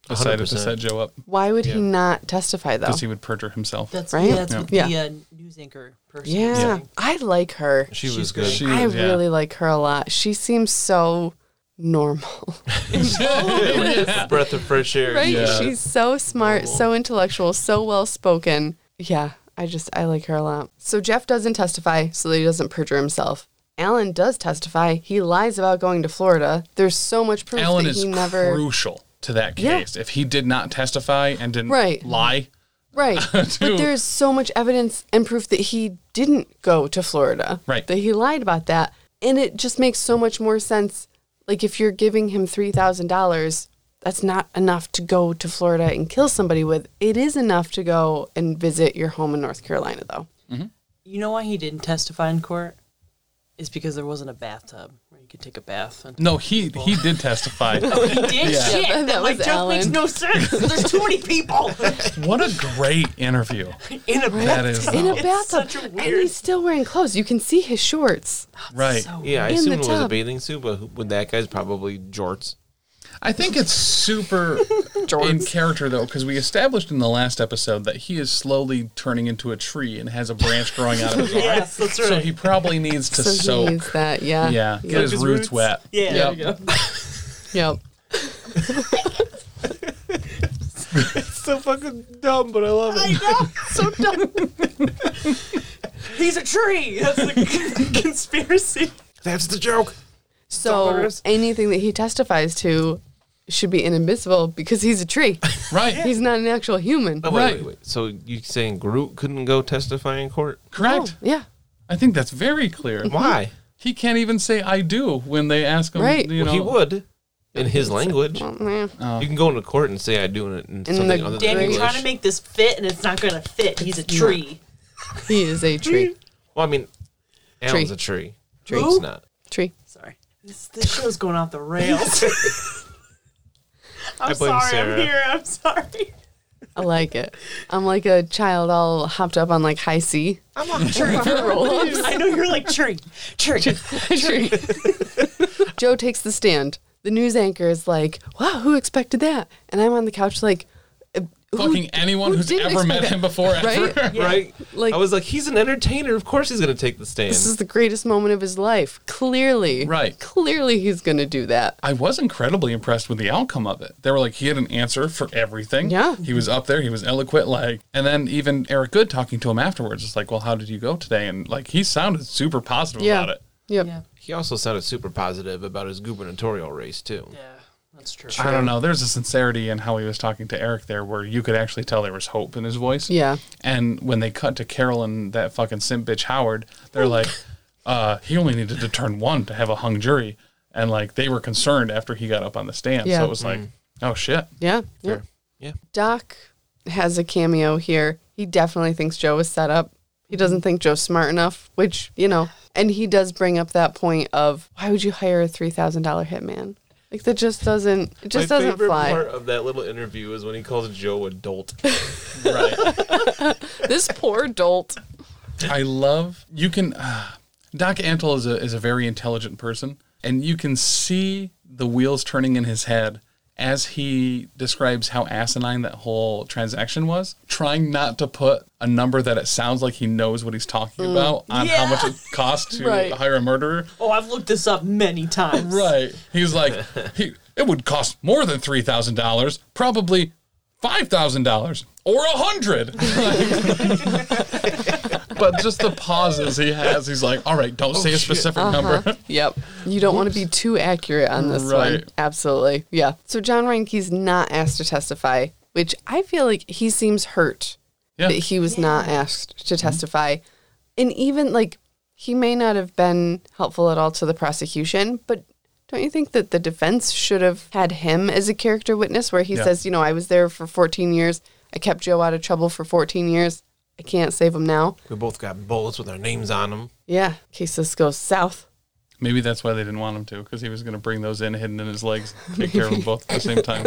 decided to 100%. set Joe up Why would he Yeah. not testify though? because he would perjure himself. That's Right? yeah, that's Yeah. what Yeah. the uh, news anchor person. yeah. Yeah. I like her. She She's was great. good. She- I yeah. really like her a lot. She seems so normal. (laughs) A breath of fresh air. Right? Yeah. She's so smart, so intellectual, so well spoken. Yeah, I just I like her a lot. So Jeff doesn't testify, so that he doesn't perjure himself. Alan does testify. He lies about going to Florida. There's so much proof Alan that is he never crucial to that Yeah. case. If he did not testify and didn't Right. lie, right. but (laughs) Dude. there's so much evidence and proof that he didn't go to Florida. Right. That he lied about that, and it just makes so much more sense. Like if you're giving him three thousand dollars. That's not enough to go to Florida and kill somebody with. It is enough to go and visit your home in North Carolina, though. You know why he didn't testify in court? Is because there wasn't a bathtub where you could take a bath. And- no, he he did (laughs) testify. (laughs) He did Yeah. shit. That- That, that like was joke makes Alan. (laughs) no sense. There's too (laughs) many people what a great (laughs) interview. in a That bathtub. is In a It's bathtub. such a And weird- he's still wearing clothes. You can see his shorts. right. So- Yeah, I In the assume it was a tub. bathing suit, but who- when that guy's probably jorts. I think it's super in character though, because we established in the last episode that he is slowly turning into a tree and has a branch growing out of (laughs) his arm. Yes, that's So right. he probably needs to so soak. he needs that. Yeah. yeah, get his, his roots, roots. wet. Yeah, there Yep. you go. Yep. It's so fucking dumb, but I love it. so dumb. He's a tree. (laughs) That's the (laughs) conspiracy. That's the joke. So Dumbass. anything that he testifies to should be inadmissible because he's a tree. (laughs) Right. He's not an actual human. Oh, wait, Right. wait, wait. So you saying Groot couldn't go testify in court? Correct. Oh, Yeah. I think that's very clear. Why? He can't even say I do when they ask him. Right. You know, well, he would in his language. Well, meh. You can go into court and say I do it in something the other than damn Damn, you're English. trying to make this fit, and it's not going to fit. He's a tree. He is a tree. well, I mean, Alan's a tree. Tree. It's not. Tree. Sorry. This, this show's going off the (laughs) rails. I'm I blame sorry. Sarah. I'm here. I'm sorry. I like it. I'm like a child all hopped up on like high C. I'm a (laughs) tree. Roll-ups. I know you're like tree, tree. Tree. (laughs) Joe takes the stand. The news anchor is like, wow, who expected that? And I'm on the couch like, uh, who- fucking anyone who who's didn't ever met expect him before that? ever. (laughs) Right? right? Like- I was like, he's an entertainer. Of course, he's going to take the stand. (laughs) This is the greatest moment of his life. Clearly. Right. Clearly he's going to do that. I was incredibly impressed with the outcome of it. They were like, he had an answer for everything. Yeah. He was up there, he was eloquent, like, and then even Eric Good talking to him afterwards is like, well, how did you go today? And like, he sounded super positive Yeah. about it. Yep. Yeah, he also sounded super positive about his gubernatorial race too. yeah, that's true. I don't know. There's a sincerity in how he was talking to Eric there where you could actually tell there was hope in his voice. Yeah. And when they cut to Carol and that fucking simp bitch Howard, they're like, uh, he only needed to turn one to have a hung jury. And like, they were concerned after he got up on the stand. Yeah. Mm. So it was like, oh shit. Yeah. Yep. Fair. Yeah. Doc has a cameo here. He definitely thinks Joe is set up. He doesn't think Joe's smart enough, which, you know, and he does bring up that point of why would you hire a $3,000 hitman? Like that just doesn't it just My doesn't favorite fly. part of that little interview is when he calls Joe adult. Right. This poor dolt. I love you can. uh, Doc Antle is a is a very intelligent person, and you can see the wheels turning in his head as he describes how asinine that whole transaction was. Trying not to put a number that it sounds like he knows what he's talking about on how Yeah. much it costs (laughs) to Right. hire a murderer. Oh, I've looked this up many times. Right? He's like, he, it would cost more than three thousand dollars, probably five thousand dollars or a hundred. (laughs) but just the pauses he has, he's like, all right, don't say a specific number. (laughs) Yep. You don't want to be too accurate on this one. Right. Absolutely. Yeah. So John Reinke's not asked to testify, which I feel like he seems hurt Yeah. that he was not asked to testify. And even like he may not have been helpful at all to the prosecution, but don't you think that the defense should have had him as a character witness where he Yeah. says, you know, I was there for 14 years. I kept Joe out of trouble for 14 years. I can't save him now. we both got bullets with our names on them. Yeah. In case this goes south. Maybe that's why they didn't want him to, because he was going to bring those in hidden in his legs, take care of them both at the same time.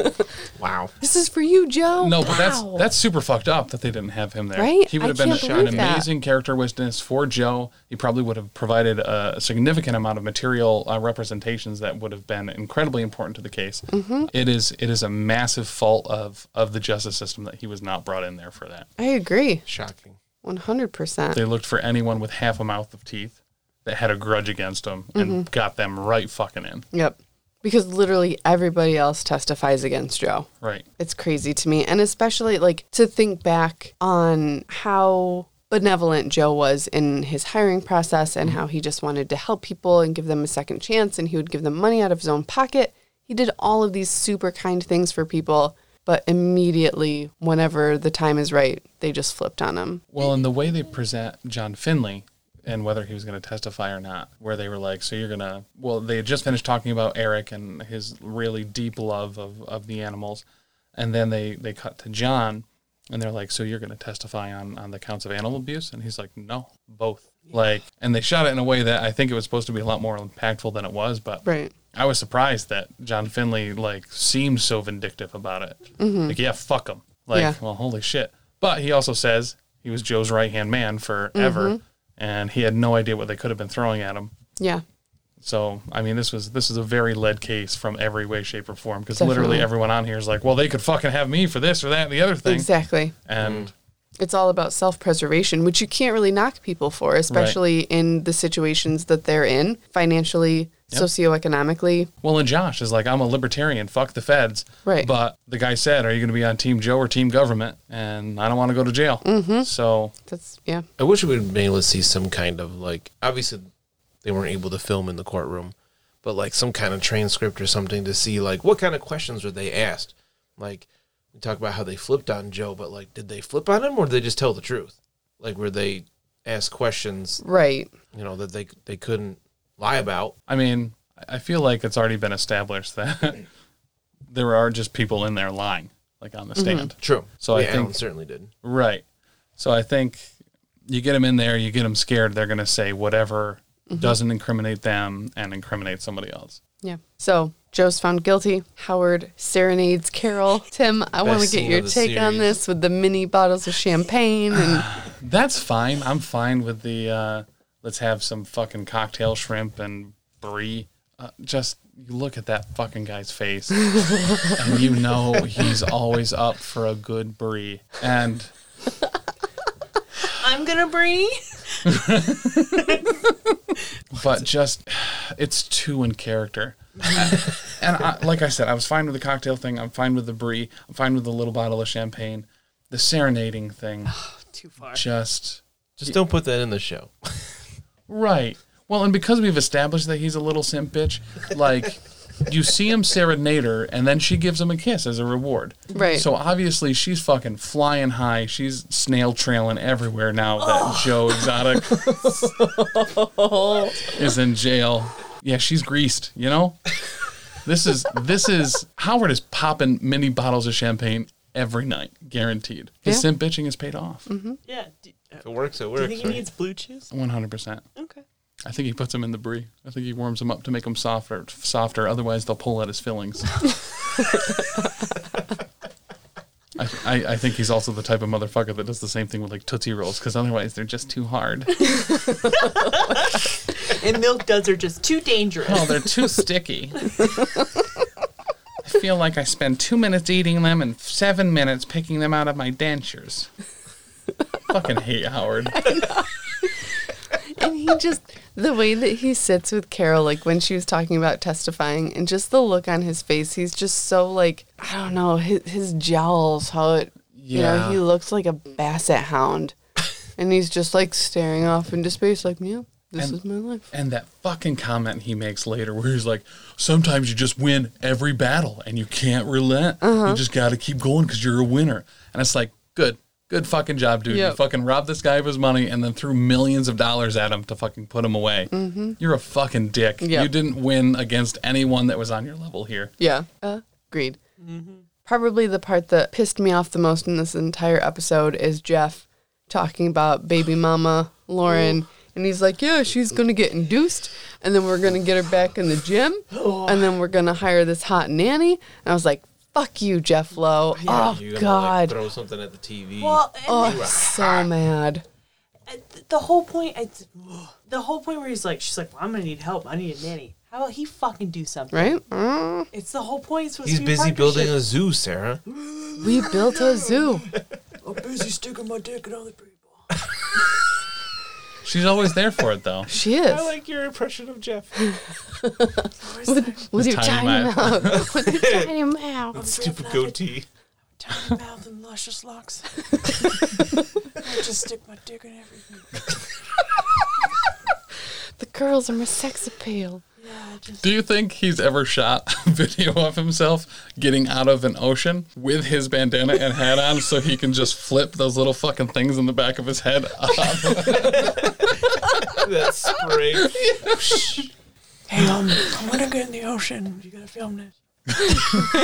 Wow. This is for you, Joe. No, but that's Wow. that's super fucked up that they didn't have him there. Right? He would I have been can't an believe that. amazing character witness for Joe. He probably would have provided a significant amount of material uh, representations that would have been incredibly important to the case. Mm-hmm. It is it is a massive fault of of the justice system that he was not brought in there for that. I agree. Shocking. 100%. They looked for anyone with half a mouth of teeth that had a grudge against him Mm-hmm. and got them right fucking in. Yep. Because literally everybody else testifies against Joe. Right. It's crazy to me. And especially like to think back on how benevolent Joe was in his hiring process and how he just wanted to help people and give them a second chance and he would give them money out of his own pocket. He did all of these super kind things for people, but immediately, whenever the time is right, they just flipped on him. Well, and the way they present John Finley and whether he was going to testify or not, where they were like, so you're going to, well, they had just finished talking about Eric and his really deep love of, of the animals. And then they, they cut to John and they're like, so you're going to testify on, on the counts of animal abuse? And he's like, no, both. Like, and they shot it in a way that I think it was supposed to be a lot more impactful than it was, but Right. I was surprised that John Finley like seemed so vindictive about it. Like, yeah, fuck him. Like, Mm-hmm. Yeah. well, holy shit. But he also says he was Mm-hmm. Joe's right hand man forever, and he had no idea what they could have been throwing at him. Yeah. So I mean, this was this is a very lead case from every way, shape, or form because literally Definitely. everyone on here is like, well, they could fucking have me for this or that and the other thing, Exactly. and It's all about self preservation, which you can't really knock people for, especially in the situations that they're in financially, socioeconomically. Well, and Josh is like, I'm a libertarian. Fuck the feds. Right. But the guy said, Are you going to be on Team Joe or Team Government? And I don't want to go to jail. Mm-hmm. So, That's, yeah. I wish we would been able to see some kind of like obviously they weren't able to film in the courtroom, but like some kind of transcript or something to see like what kind of questions were they asked. Like we talk about how they flipped on Joe, but like did they flip on him or did they just tell the truth? Like were they asked questions Right. you know that they they couldn't lie about? I mean, I I feel like it's already been established that (laughs) there are just people in there lying, like on the stand. True. So I yeah, Alan think- certainly did. Right. So I think you get them in there, you get them scared, they're going to say whatever doesn't incriminate them and incriminate somebody else. Yeah. So Joe's found guilty. Howard serenades Carol. Tim, I want to Best get scene your of the take on series. this with the mini bottles of champagne and That's fine. I'm fine with the uh, let's have some fucking cocktail shrimp and brie. Uh, just you look at that fucking guy's face, and you know he's always up for a good brie. And I'm gonna breathe. but just (sighs) it's too in character. and I, like I said, I was fine with the cocktail thing. I'm fine with the brie. I'm fine with the little bottle of champagne. The serenading thing, Too far. just Just don't put that in the show. Right. Well, and because we've established that he's a little simp bitch, like you see him serenade her, and then she gives him a kiss as a reward. Right. So obviously she's fucking flying high. She's snail trailing everywhere now that (laughs) Joe Exotic is in jail. Yeah, she's greased. You know. This is this is Howard is popping mini bottles of champagne every night, guaranteed. His Yeah. Mm-hmm. simp bitching is paid off, Yeah. Do, uh, If it works, it do you works. think he right? needs blue cheese? one hundred percent. Okay. I think he puts them in the brie. I think he warms them up to make them softer, softer. Otherwise, they'll pull at his fillings. I, I, I think he's also the type of motherfucker that does the same thing with like tootsie rolls because otherwise they're just too hard. And milk duds are just too dangerous. Oh, they're too sticky. I feel like I spend two minutes eating them and seven minutes picking them out of my dentures. Fucking hate Howard. and he just the way that he sits with Carol, like when she was talking about testifying, and just the look on his face, he's just so like I don't know his his jowls, how it you Yeah. know he looks like a basset hound, and he's just like staring off into space, like yeah, this And- is my life. And that fucking comment he makes later, where he's like, "Sometimes you just win every battle, and you can't relent. Uh-huh. You just got to keep going because you're a winner." And it's like, good, good fucking job, dude. You Yep. fucking robbed this guy of his money, and then threw millions of dollars at him to fucking put him away. You're a fucking dick. Mm-hmm. Yep. You didn't win against anyone that was on your level here. Yeah, agreed. Mm-hmm. Probably the part that pissed me off the most in this entire episode is Jeff talking about baby mama Lauren. And he's like, Yeah, she's going to get induced. And then we're going to get her back in the (gasps) gym. And then we're going to hire this hot nanny. And I was like, Fuck you, Jeff Lowe. Yeah, Oh, you gonna, God. Like, throw something at the TV. Well, and oh, I'm so mad. uh, th- the whole point, I, the whole point where he's like, she's like, well, I'm gonna need help. I need a nanny. How about he fucking do something? Right? (laughs) Mm. It's the whole point. It's supposed He's to be a busy building partnership. a zoo, Sarah. We built a zoo. I'm busy sticking my dick in other people. She's always there for (laughs) it, though. She is. I like your impression of Jeff. with with His your tiny tiny mouth. mouth. with your tiny mouth. (laughs) Stupid goatee. Tiny mouth and luscious locks. I just stick my dick in everything. The girls are my sex appeal. Yeah, I just. Do you think he's ever shot a (laughs) video of himself getting out of an ocean with his bandana and hat on so he can just flip those little fucking things in the back of his head up? (laughs) that spray. Hey, um, I'm gonna get in the ocean. You gotta film this.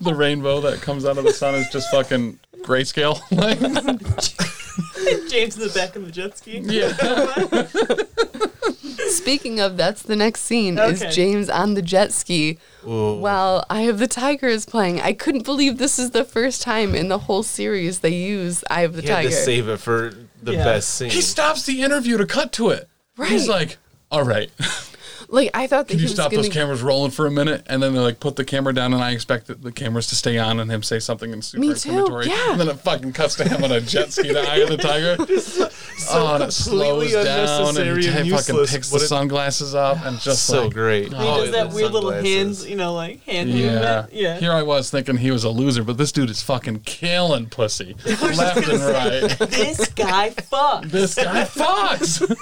The rainbow that comes out of the sun is just fucking grayscale. (laughs) like, (laughs) James in the back of the jet ski. yeah. Speaking of, that's the next scene Okay. is James on the jet ski Ooh. while Eye of the Tiger is playing. I couldn't believe this is the first time in the whole series they use Eye of the He had Tiger. to save it for the Yeah. best scene. He stops the interview to cut to it. Right. He's like, all right, Like I thought that can he you was stop gonna, those cameras rolling for a minute? And then they like put the camera down, and I expect that the cameras to stay on, and him say something in super Me too, explanatory. yeah. And then it fucking cuts to him on a jet ski to Eye of the Tiger. oh, and it completely slows down, and unnecessary he and t- fucking useless, picks the but it- sunglasses up, and just so like, great. he does Oh, that the weird little sunglasses. hands, you know, like hand Yeah. movement. Yeah. Here I was thinking he was a loser, but this dude is fucking killing pussy left and right. this guy fucks. This guy fucks.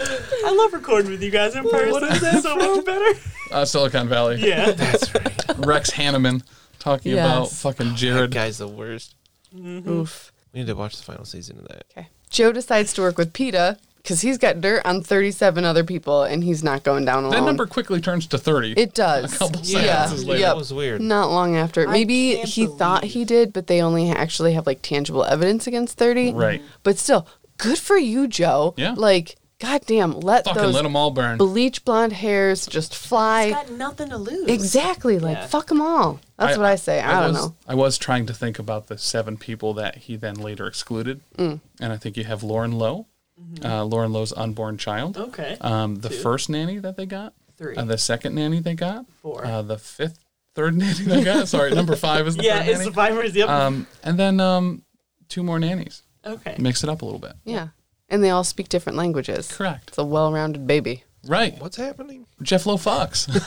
I love recording with you guys in person. What is that (laughs) so much better? Uh, Silicon Valley. Yeah. That's right. Rex Hanneman talking Yes. about fucking That Jared. guy's the worst. Oof. We need to watch the final season of that. Okay. Joe decides to work with PETA because he's got dirt on 37 other people and he's not going down alone. That number quickly turns to 30. It does. couple yeah. sentences later. Yep. That was weird. Not long after. I Maybe can't he thought believe- he did, but they only actually have like tangible evidence against 30. Right. But still, good for you, Joe. Yeah. Like, goddamn, let fucking those let them all burn. bleach blonde hairs just fly. He's got nothing to lose. exactly. Like, Yeah. fuck them all. That's what I say. I, don't was, know. I was trying to think about the seven people that he then later excluded. Mm. And I think you have Lauren Lowe, Mm-hmm. uh, Lauren Lowe's unborn child. Okay. Um, the first nanny that they got, Oh. Three. Uh, the second nanny they got, Four. Uh, the fifth, third (laughs) nanny they got. Sorry, number five is the yeah, third it's nanny. survivors. Yep. um, and then um, two more nannies. okay. Mix it up a little bit. Yeah. And they all speak different languages. Correct. It's a well rounded baby. Right. What's happening? Jeff Lowe Fox. (laughs)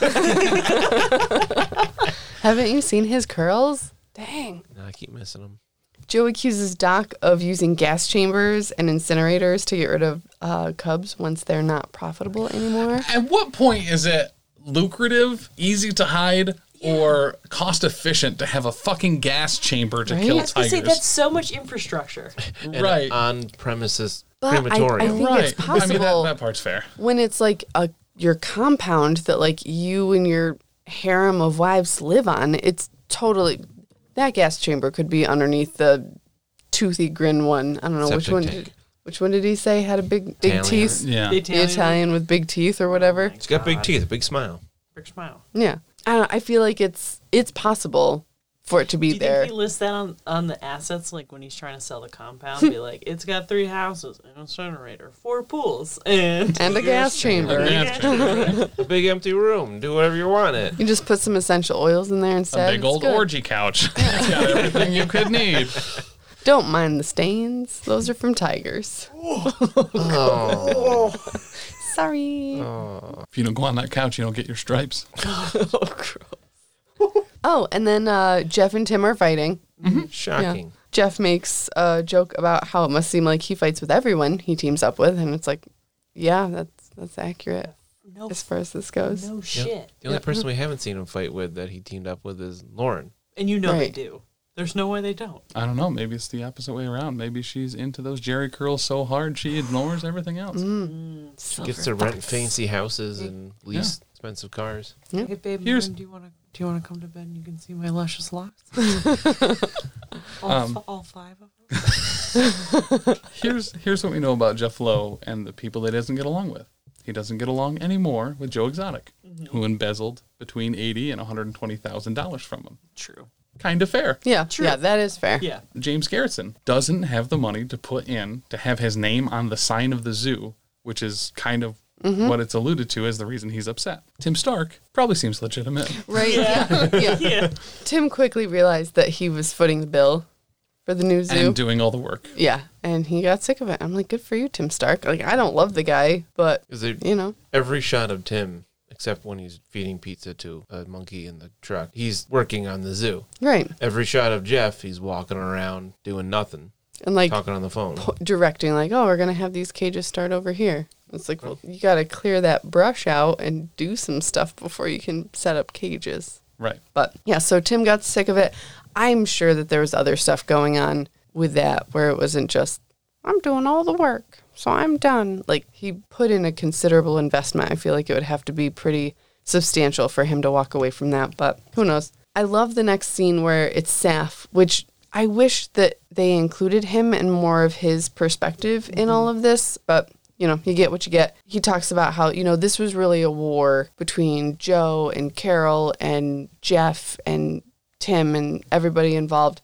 Haven't you seen his curls? Dang. Nah, I keep missing them. Joe accuses Doc of using gas chambers and incinerators to get rid of uh, cubs once they're not profitable anymore. At what point is it lucrative, easy to hide, or cost efficient to have a fucking gas chamber to Right? I kill was I tigers? say that's so much infrastructure. right. On premises But I- crematorium. I think right. it's I mean, that, possible- that part's fair. When it's like a your compound that like you and your harem of wives live on, it's totally that gas chamber could be underneath the toothy grin one. I don't know which Septic one. tank. Did, which one did he say had a big big Italian. teeth? Yeah. The The Italian, Italian with big teeth or whatever. It's got big teeth, a big smile. Big smile. Yeah, I don't. I feel like it's it's possible for it to be Do you there. think he lists that on, on the assets, like when he's trying to sell the (laughs) compound? be like, it's got three houses, an incinerator, four pools, (laughs) and (laughs) and a gas chamber. Gas chamber. A big empty room. Do whatever you want (laughs) in it. You just put some essential oils in there A instead. big It's old good. orgy couch. it's got everything you could need. Don't mind the stains. Those are from tigers. Sorry. Oh. If you don't go on that couch, you don't get your stripes. gross. oh, and then uh, Jeff and Tim are fighting. (laughs) Shocking. Jeff makes a joke about how it must seem like he fights with everyone he teams up with, and it's like, yeah, that's that's accurate no, as far as this goes. no Yep. shit. The only person we haven't seen him fight with that he teamed up with is Lauren. And you know they Right. do. There's no way they don't. I don't know. Maybe it's the opposite way around. Maybe she's into those Jerry curls so hard she ignores everything else. Silver Gets to rent fox. fancy houses and lease expensive cars. Hey, babe, Here's- Lauren, do you want to do you want to come to bed and you can see my luscious (laughs) locks? all, f- all five of them. Here's here's what we know about Jeff Lowe and the people that he doesn't get along with. He doesn't get along anymore with Joe Exotic, who embezzled between eighty and one hundred twenty thousand dollars from him. True. Kind of fair. Yeah, yeah, that is fair. Yeah. James Garrison doesn't have the money to put in to have his name on the sign of the zoo, which is kind of what it's alluded to as the reason he's upset. Tim Stark probably seems legitimate. Right. Yeah. yeah. Yeah. (laughs) Tim quickly realized that he was footing the bill for the new zoo. and doing all the work. yeah. And he got sick of it. I'm like, good for you, Tim Stark. Like, I don't love the guy, but, Is there you know, every shot of Tim, except when he's feeding pizza to a monkey in the truck, he's working on the zoo. right. Every shot of Jeff, he's walking around doing nothing, And like talking on the phone. directing, like, oh, we're going to have these cages start over here. It's like, well, you got to clear that brush out and do some stuff before you can set up cages. Right. But yeah, so Tim got sick of it. I'm sure that there was other stuff going on with that where it wasn't just, I'm doing all the work, so I'm done. Like he put in a considerable investment. I feel like it would have to be pretty substantial for him to walk away from that, but who knows. I love the next scene where it's Saf, which I wish that they included him and more of his perspective in all of this, but you know, you get what you get. He talks about how, you know, this was really a war between Joe and Carol and Jeff and Tim and everybody involved,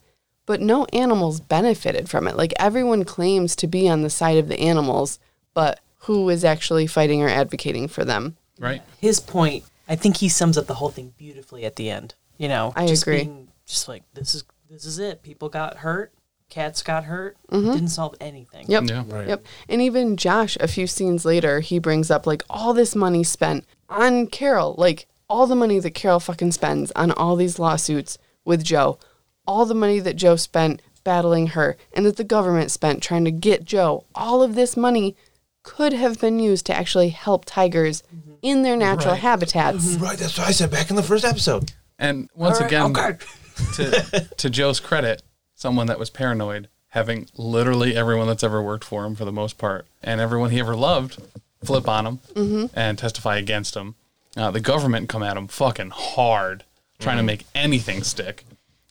but no animals benefited from it. Like everyone claims to be on the side of the animals, but who is actually fighting or advocating for them. right? his point, I think he sums up the whole thing beautifully at the end. You know, I just agree. Being just like this is this is it. People got hurt. Cats got hurt. Didn't solve anything. Mm-hmm. Yep. Yeah. Right. Yep. And even Josh, a few scenes later, he brings up like all this money spent on Carol, like all the money that Carol fucking spends on all these lawsuits with Joe, all the money that Joe spent battling her, and that the government spent trying to get Joe. All of this money could have been used to actually help tigers in their natural Mm-hmm. Right. habitats. Right, that's what I said back in the first episode. And once All right, again, okay. (laughs) to, to Joe's credit, someone that was paranoid, having literally everyone that's ever worked for him for the most part, and everyone he ever loved flip on him and testify against him. Uh, the government come at him fucking hard, trying to make anything stick.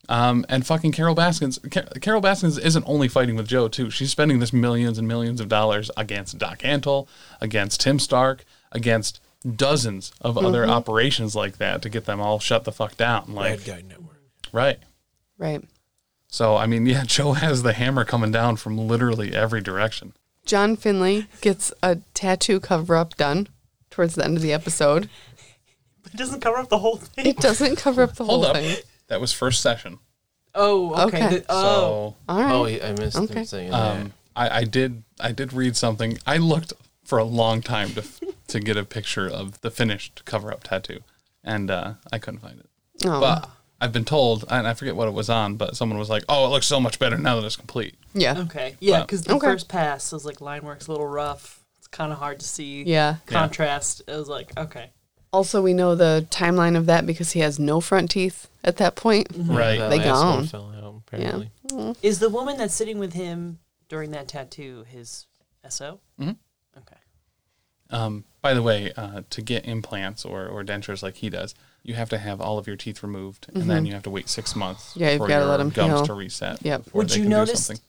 Um, and fucking Carol Baskins, Car- Carol Baskins isn't only fighting with Joe too. She's spending this millions and millions of dollars against Doc Antle, against Tim Stark, against dozens of other operations like that to get them all shut the fuck down. Like, Bad Guy Network. right. Mm-hmm. Right. So I mean, (laughs) yeah, Joe has the hammer coming down from literally every direction. John Finley gets a tattoo cover up done towards the end of the episode. But it doesn't cover up the (laughs) whole thing. It doesn't cover up the Hold whole up, thing. that was first session. Oh, okay. Okay. the- oh, So All right. Oh, yeah, I missed Okay. him saying um, I, I did I did read something. I looked for a long time (laughs) to f- to get a picture of the finished cover up tattoo, and uh, I couldn't find it. Oh, But I've been told, and I forget what it was on, but someone was like, "Oh, it looks so much better now that it's complete." yeah. okay. Yeah, because the Okay. first pass was like line work's a little rough. It's kind of hard to see. Yeah. Contrast. It was like okay. Also, we know the timeline of that because he has no front teeth at that point. Mm-hmm. Right. that they last one gone. fell out, apparently. Is the woman that's sitting with him during that tattoo his SO? Mm-hmm. Okay. Um, by the way, uh, to get implants or, or dentures like he does, you have to have all of your teeth removed, and then you have to wait six months Mm-hmm. Yeah, you've for gotta your let 'em gums heal. to reset. Yep. before Would they you can do notice- something.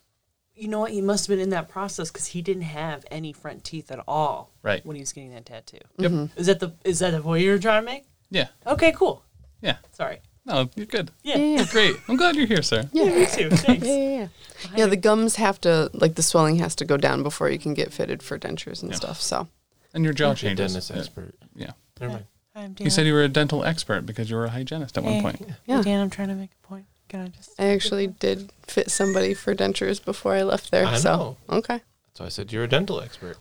you know what? He must have been in that process because he didn't have any front teeth at all Right. when he was getting that tattoo. Yep. Mm-hmm. Is that the is that the point you're trying to make? Yeah. Okay, cool. Yeah. Sorry. No, you're good. Yeah. Yeah. You're great. I'm glad you're here, sir. Yeah, me too. Thanks. Yeah, yeah, yeah. Yeah, the gums have to, like, the swelling has to go down before you can get fitted for dentures and stuff. So, And your jaw Your changes. dentist Yeah. expert. Yeah. Never mind. I'm Dan. You said you were a dental expert because you were a hygienist at Eh. one point. yeah. Dan, I'm trying to make a point. Can I just? I actually did fit somebody for dentures before I left there. I so, okay. So I said you're a dental expert.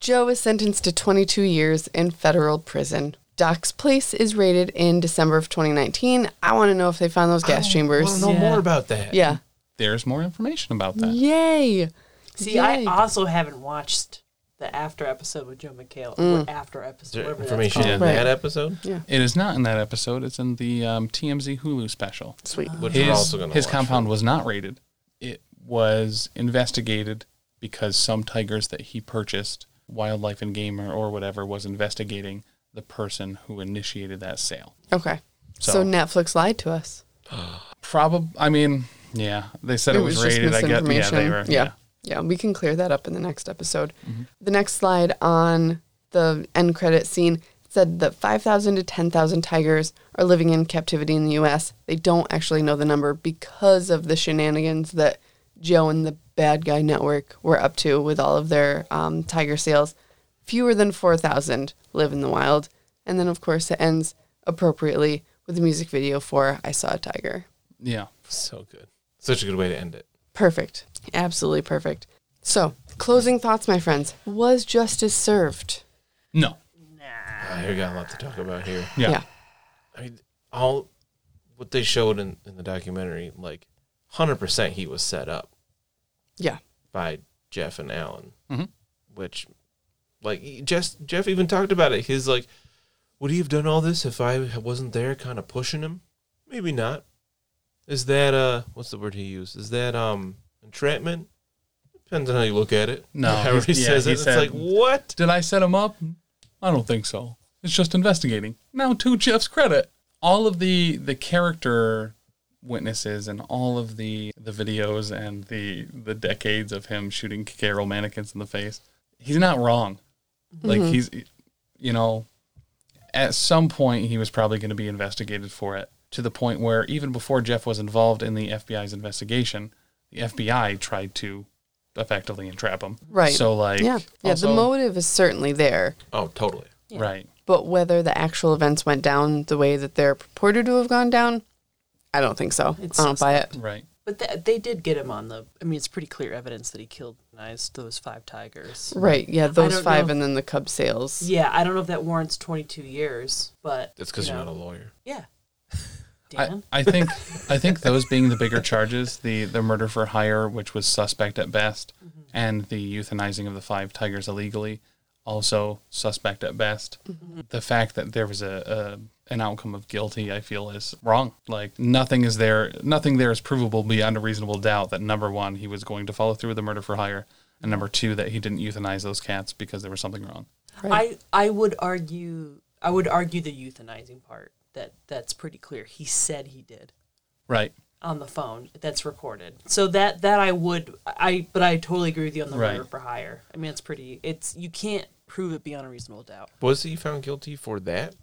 Joe is sentenced to 22 years in federal prison. Doc's place is raided in December of 2019. I want to know if they found those gas Want chambers. to Oh, know Yeah. more about that? Yeah. There's more information about that. Yay. See, Yay. I also haven't watched the after episode with Joe McHale. Mm. Or after Is episode. there whatever that's information called. in Right. that episode? Yeah. It is not in that episode. It's in the um, TMZ Hulu special. Sweet. Which we're His, also going to his compound was not raided. It was investigated because some tigers that he purchased, wildlife and game or, or whatever, was investigating the person who initiated that sale. Okay. So- so Netflix lied to us. Probably. I mean, yeah, they said it, was, raided. I guess. Yeah, Mm-hmm. they were. yeah. Yeah, we can clear that up in the next episode. The next slide on the end credit scene said that 5,000 to 10,000 tigers are living in captivity in the U.S. They don't actually know the number because of the shenanigans that Joe and the Bad Guy Network were up to with all of their um, tiger sales. Fewer than 4,000 live in the wild. And then, of course, it ends appropriately with the music video for I Saw a Tiger. yeah. So good. Such a good way to end it. Perfect. Absolutely perfect. So, closing thoughts, my friends. Was justice served? No. Ah, we got a lot to talk about here. Yeah. I mean, all what they showed in, in the documentary, like, hundred percent, he was set up Yeah. by Jeff and Alan, Mhm. which, like, he- Jeff Jeff even talked about it. He's like, "Would he have done all this if I wasn't there, kind of pushing him? Maybe not. Is that uh, what's the word he used? Is that um, entrapment? Depends on how you look at it. (laughs) No, however he he's- yeah, says he it, said- it's like what? Did I set him up? I don't think so. It's just investigating. Now, to Jeff's credit, all of the the character witnesses and all of the the videos and the the decades of him shooting Carol mannequins in the face, he's not wrong. Like Mm-hmm. he's, you know, at some point he was probably going to be investigated for it to the point where even before Jeff was involved in the FBI's investigation, the FBI tried to effectively entrap him. Right. So like yeah, yeah. also- the motive is certainly there, Oh, totally. Yeah. Right. but whether the actual events went down the way that they're purported to have gone down, I don't think so. It's I don't buy it. Right. But th- they did get him on the. I mean, it's pretty clear evidence that he killed eyes those five tigers. Right? Yeah, those don't five, know. and then the cub sales. Yeah, I don't know if that warrants 22 years, but That's because you you are know, not a lawyer. (laughs) Yeah. Dan, I, I think I think those being the bigger charges, the the murder for hire, which was suspect at best, and the euthanizing of the five tigers illegally, also suspect at best. The fact that there was a, a an outcome of guilty, I feel, is wrong. Like nothing is there, nothing there is provable beyond a reasonable doubt that number one, he was going to follow through with the murder for hire, and number two, that he didn't euthanize those cats because there was something wrong. Right. I I would argue I would argue the euthanizing part that that's pretty clear. He said he did Right. on the phone. That's recorded. So that that I would I but I totally agree with you on the Right. murder for hire. I mean, it's pretty. It's you can't prove it beyond a reasonable doubt. Was he found guilty for that?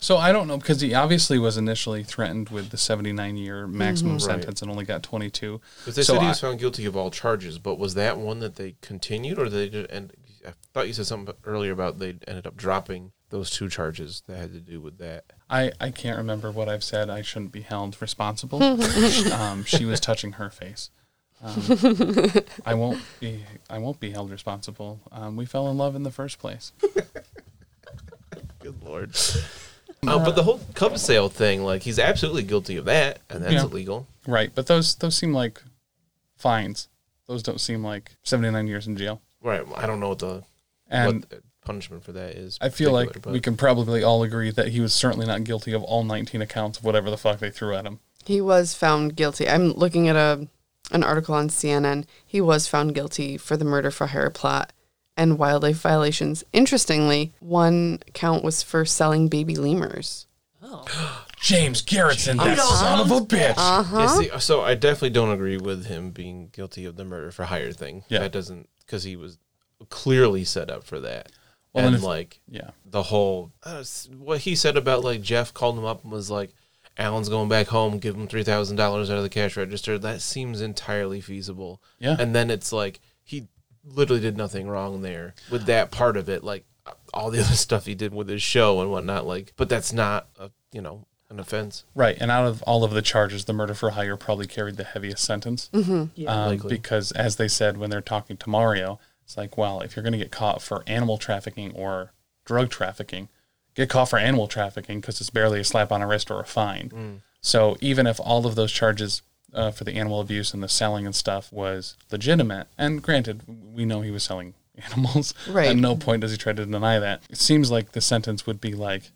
So I don't know because he obviously was initially threatened with the 79 year maximum Right. sentence and only got 22. Because they So said he I- was found guilty of all charges, but was that one that they continued, or they did? And I thought you said something earlier about they ended up dropping those two charges that had to do with that. I, I can't remember what I've said. I shouldn't be held responsible. um, she was touching her face. Um, I won't be I won't be held responsible. Um, we fell in love in the first place. Good lord. Uh, but the whole cub sale thing, like he's absolutely guilty of that, and that's Yeah. illegal. Right, but those those seem like fines. Those don't seem like 79 years in jail. Right. well, I don't know what the And what the punishment for that is. I feel like particular, we but- can probably all agree that he was certainly not guilty of all 19 accounts of whatever the fuck they threw at him. He was found guilty. I'm looking at a an article on CNN. He was found guilty for the murder for hire plot and wildlife violations. Interestingly, one count was for selling baby lemurs. Oh, James Garrettson, that James. son of a bitch. Yeah, see, so I definitely don't agree with him being guilty of the murder for hire thing. Yeah. That doesn't because he was clearly set up for that. Well, then and if- like Yeah. the whole uh, s- what he said about like Jeff called him up and was like, "Alan's going back home. Give him three thousand dollars out of the cash register." That seems entirely feasible. Yeah. And then it's like he literally did nothing wrong there with that part of it. Like uh, all the (laughs) other stuff he did with his show and whatnot. Like, but that's not a you know an offense. Right. And out of all of the charges, the murder for hire probably carried the heaviest sentence. yeah. Um, Likely. because, as they said when they're talking to Mario, it's like, well, if you're going to get caught for animal trafficking or drug trafficking, get caught for animal trafficking because it's barely a slap on a wrist or a fine. So, even if all of those charges uh, for the animal abuse and the selling and stuff was legitimate, and granted, we know he was selling (laughs) animals. Right. At no point does he try to deny that. It seems like the sentence would be like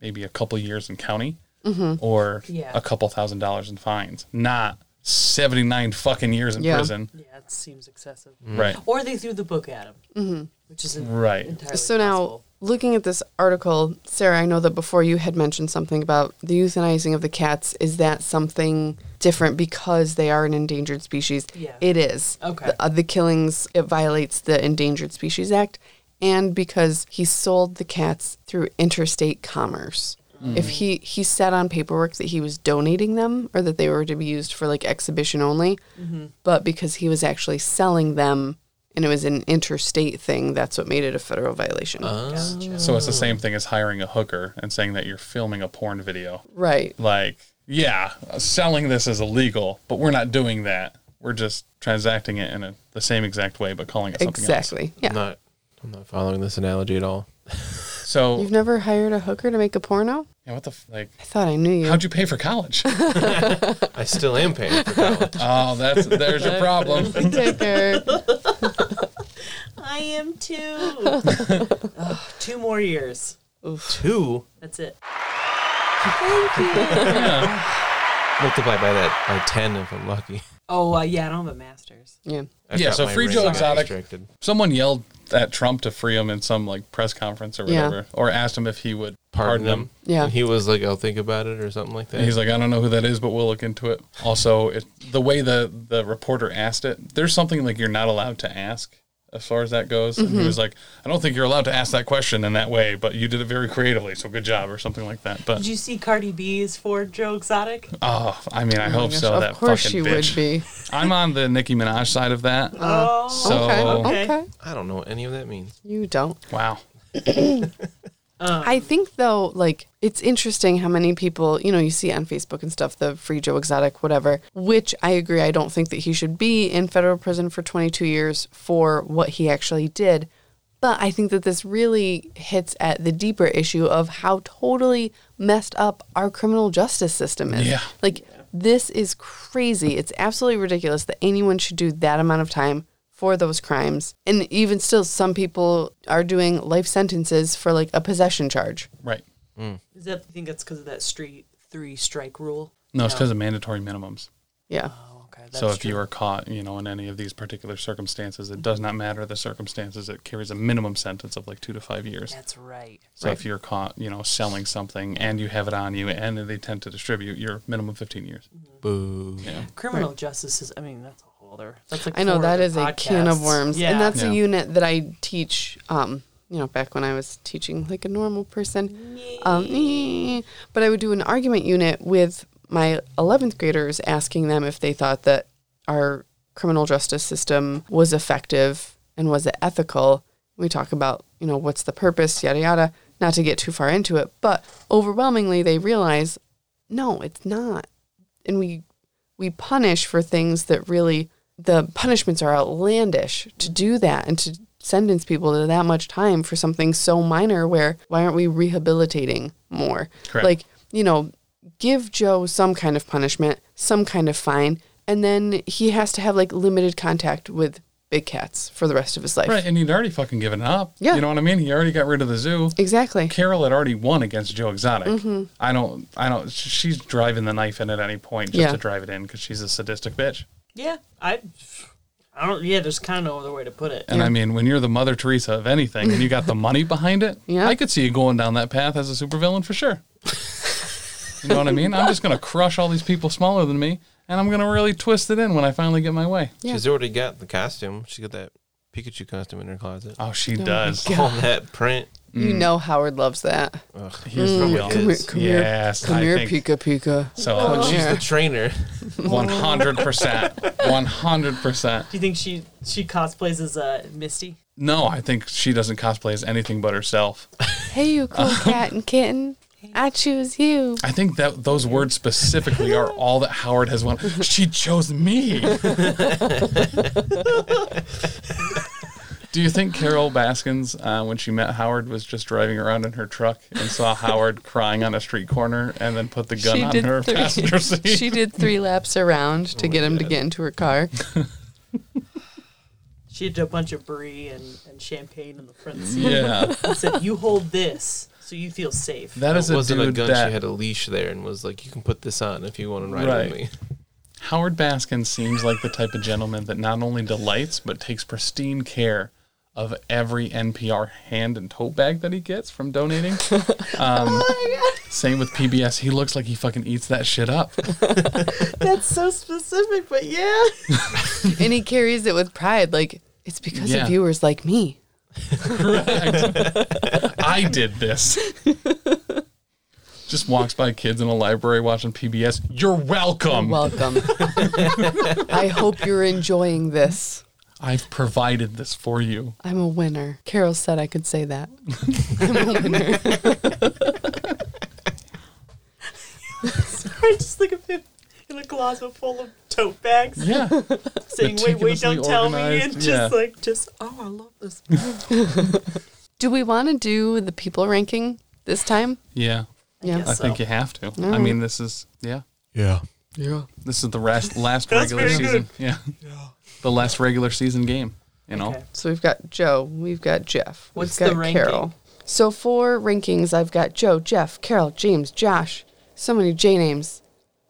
maybe a couple years in county Mm-hmm. or Yeah. a couple thousand dollars in fines, not 79 fucking years in Yeah. prison. yeah, it seems excessive. Right. Or they threw the book at him, mm-hmm. which is en- Mm. Right. Entirely So now, possible. looking at this article, Sarah, I know that before you had mentioned something about the euthanizing of the cats. Is that something different because they are an endangered species? Yeah. It is. Okay. The, uh, the killings, it violates the Endangered Species Act, and because he sold the cats through interstate commerce. Mm. If he, he said on paperwork that he was donating them or that they were to be used for like exhibition only, Mm-hmm. but because he was actually selling them and it was an interstate thing, that's what made it a federal violation. Uh-huh. Gotcha. So it's the same thing as hiring a hooker and saying that you're filming a porn video. Right. Like, yeah, selling this is illegal, but we're not doing that. We're just transacting it in a, the same exact way, but calling it something Exactly. Yeah. I'm not. I'm not following this analogy at all. else. So, You've never hired a hooker to make a porno? yeah, what the, f- like, I thought I knew you. how'd you pay for college? (laughs) I still am paying for college. oh, that's, there's (laughs) your problem. (laughs) Ticker. I am too. (laughs) Ugh, two more years. Two That's it. Thank you. multiply by that by ten if I'm lucky. Oh uh, yeah, I don't have a master's. yeah. I Yeah, got so my Free ring Joe got Exotic. restricted. Someone yelled at Trump to free him in some like press conference or Yeah. whatever, or asked him if he would pardon, Pardon them. him. Yeah. And he was like, "I'll think about it" or something like that. And he's like, I don't know who that is, but we'll look into it. Also, it, the way the the reporter asked it, there's something like you're not allowed to ask as far as that goes. And he was like, I don't think you're allowed to ask that question in that way, but you did it very creatively, so good job, or something like that. But Did you see Cardi B's for Joe Exotic? oh, I mean, I hope so. of that course fucking she bitch. would (laughs) be. I'm on the Nicki Minaj side of that. Oh, so okay. Okay. okay. I don't know what any of that means. You don't. wow. I think though, like it's interesting how many people, you know, you see on Facebook and stuff, the free Joe Exotic, whatever. Which I agree, I don't think that he should be in federal prison for 22 years for what he actually did. But I think that this really hits at the deeper issue of how totally messed up our criminal justice system is. Yeah. Like this is crazy. It's absolutely ridiculous that anyone should do that amount of time for those crimes. And even still some people are doing life sentences for like a possession charge. Right. Is that, I think that's because of that street three strike rule. No, it's because of mandatory minimums. Yeah. Oh, okay. That's so if true. you are caught, you know, in any of these particular circumstances, it does not matter the circumstances. It carries a minimum sentence of like two to five years. That's right. So if you're caught, you know, selling something and you have it on you and the intent to distribute, you're minimum 15 years. Boo. Yeah. Criminal justice is, I mean, that's a whole other. That's like I know four that other is a can of podcasts. worms. Yeah. And that's Yeah. a unit that I teach um, you know, back when I was teaching like a normal person. Um, but I would do an argument unit with my 11th graders asking them if they thought that our criminal justice system was effective and was it ethical. We talk about, you know, what's the purpose, yada yada, not to get too far into it, but overwhelmingly they realize no, it's not. And we we punish for things that really the punishments are outlandish to do that and to sentence people to that much time for something so minor where why aren't we rehabilitating more Correct. like you know give joe some kind of punishment some kind of fine and then he has to have like limited contact with big cats for the rest of his life Right. And he'd already fucking given up. Yeah. You know what I mean? He already got rid of the zoo. Mm-hmm. exactly Carol had already won against Joe Exotic. I don't, I don't, sh- she's driving the knife in at any point just Yeah. to drive it in because she's a sadistic bitch. Yeah. I, I don't, yeah, there's kind of no other way to put it. And I mean, when you're the Mother Teresa of anything and (laughs) you got the money behind it, Yeah. I could see you going down that path as a supervillain for sure. you know what I mean? I'm just going to crush all these people smaller than me and I'm going to really twist it in when I finally get my way. Yeah. She's already got the costume. She got that Pikachu costume in her closet. Oh, she does. All that print. you Mm. know howard loves that Ugh, Here's Mm. the deal. come here Yes. come Yes, here come I here Oh. think- pika pika So she's Yeah. the trainer. 100%. 100%. Do you think she she cosplays as uh, Misty? No, I think she doesn't cosplay as anything but herself. Hey, you cool cat and kitten. I choose you. I think that those words specifically are all that Howard has won. She chose me. Do you think Carol Baskins, uh, when she met Howard, was just driving around in her truck and saw Howard crying on a street corner and then put the gun She on did her three- (laughs) passenger seat? Oh, She did three laps around to get him to get into her car. She did a bunch of brie and, and champagne in the front Mm-hmm. seat. yeah. and said, "You hold this, so you feel safe." That is it a wasn't dude a gun. that She had a leash there and was like, "You can put this on if you want to ride Right. with me." Howard Baskin seems like the type of gentleman that not only delights but takes pristine care of every NPR hand and tote bag that he gets from donating. Um, same with PBS. He looks like he fucking eats that shit up. That's so specific, but yeah. And he carries it with pride. Like, it's because Yeah. of viewers like me. I did this. Just walks by kids in a library watching PBS. You're welcome. (laughs) Welcome. I hope you're enjoying this. I've provided this for you. I'm a winner. Carol said I could say that. I'm a winner. (laughs) I just look at him in a closet full of tote bags, Yeah. saying, "Wait, wait, meticulously don't tell me," and organized, just yeah. like, "Just oh, I love this." Do we want to do the people ranking this time? Yeah. Yeah. I guess. think So- you have to. I mean, this is, yeah. Yeah. Yeah. This is the last last That's regular very season. Yeah. The last regular season game. You know. Okay. So we've got Joe, we've got Jeff, we've What's got the ranking? Carol. So for rankings, I've got Joe, Jeff, Carol, James, Josh. So many J names.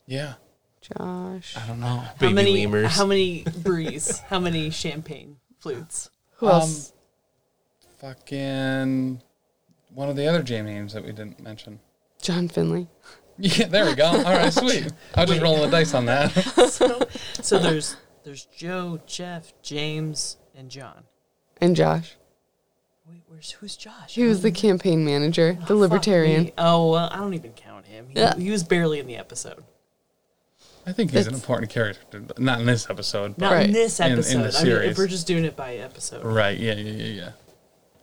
Yeah. Josh. I don't know. Baby how many lemurs. how many breeze? how many champagne (laughs) flutes? Who else? Um, Fucking one of the other J names that we didn't mention. (laughs) John Finley. Yeah, there we go. All right, sweet. I was just rolling the dice on that. So there's there's Joe, Jeff, James, and John. and Josh. Wait, where's who's Josh? He was the campaign manager, the Fuck libertarian. me. Oh, well, I don't even count him. He, Yeah. he was barely in the episode. I think he's an That's- important character, but not in this episode. But Not Right. in this In- in the episode. I mean, if series. we're just doing it by episode. right, yeah, yeah, yeah,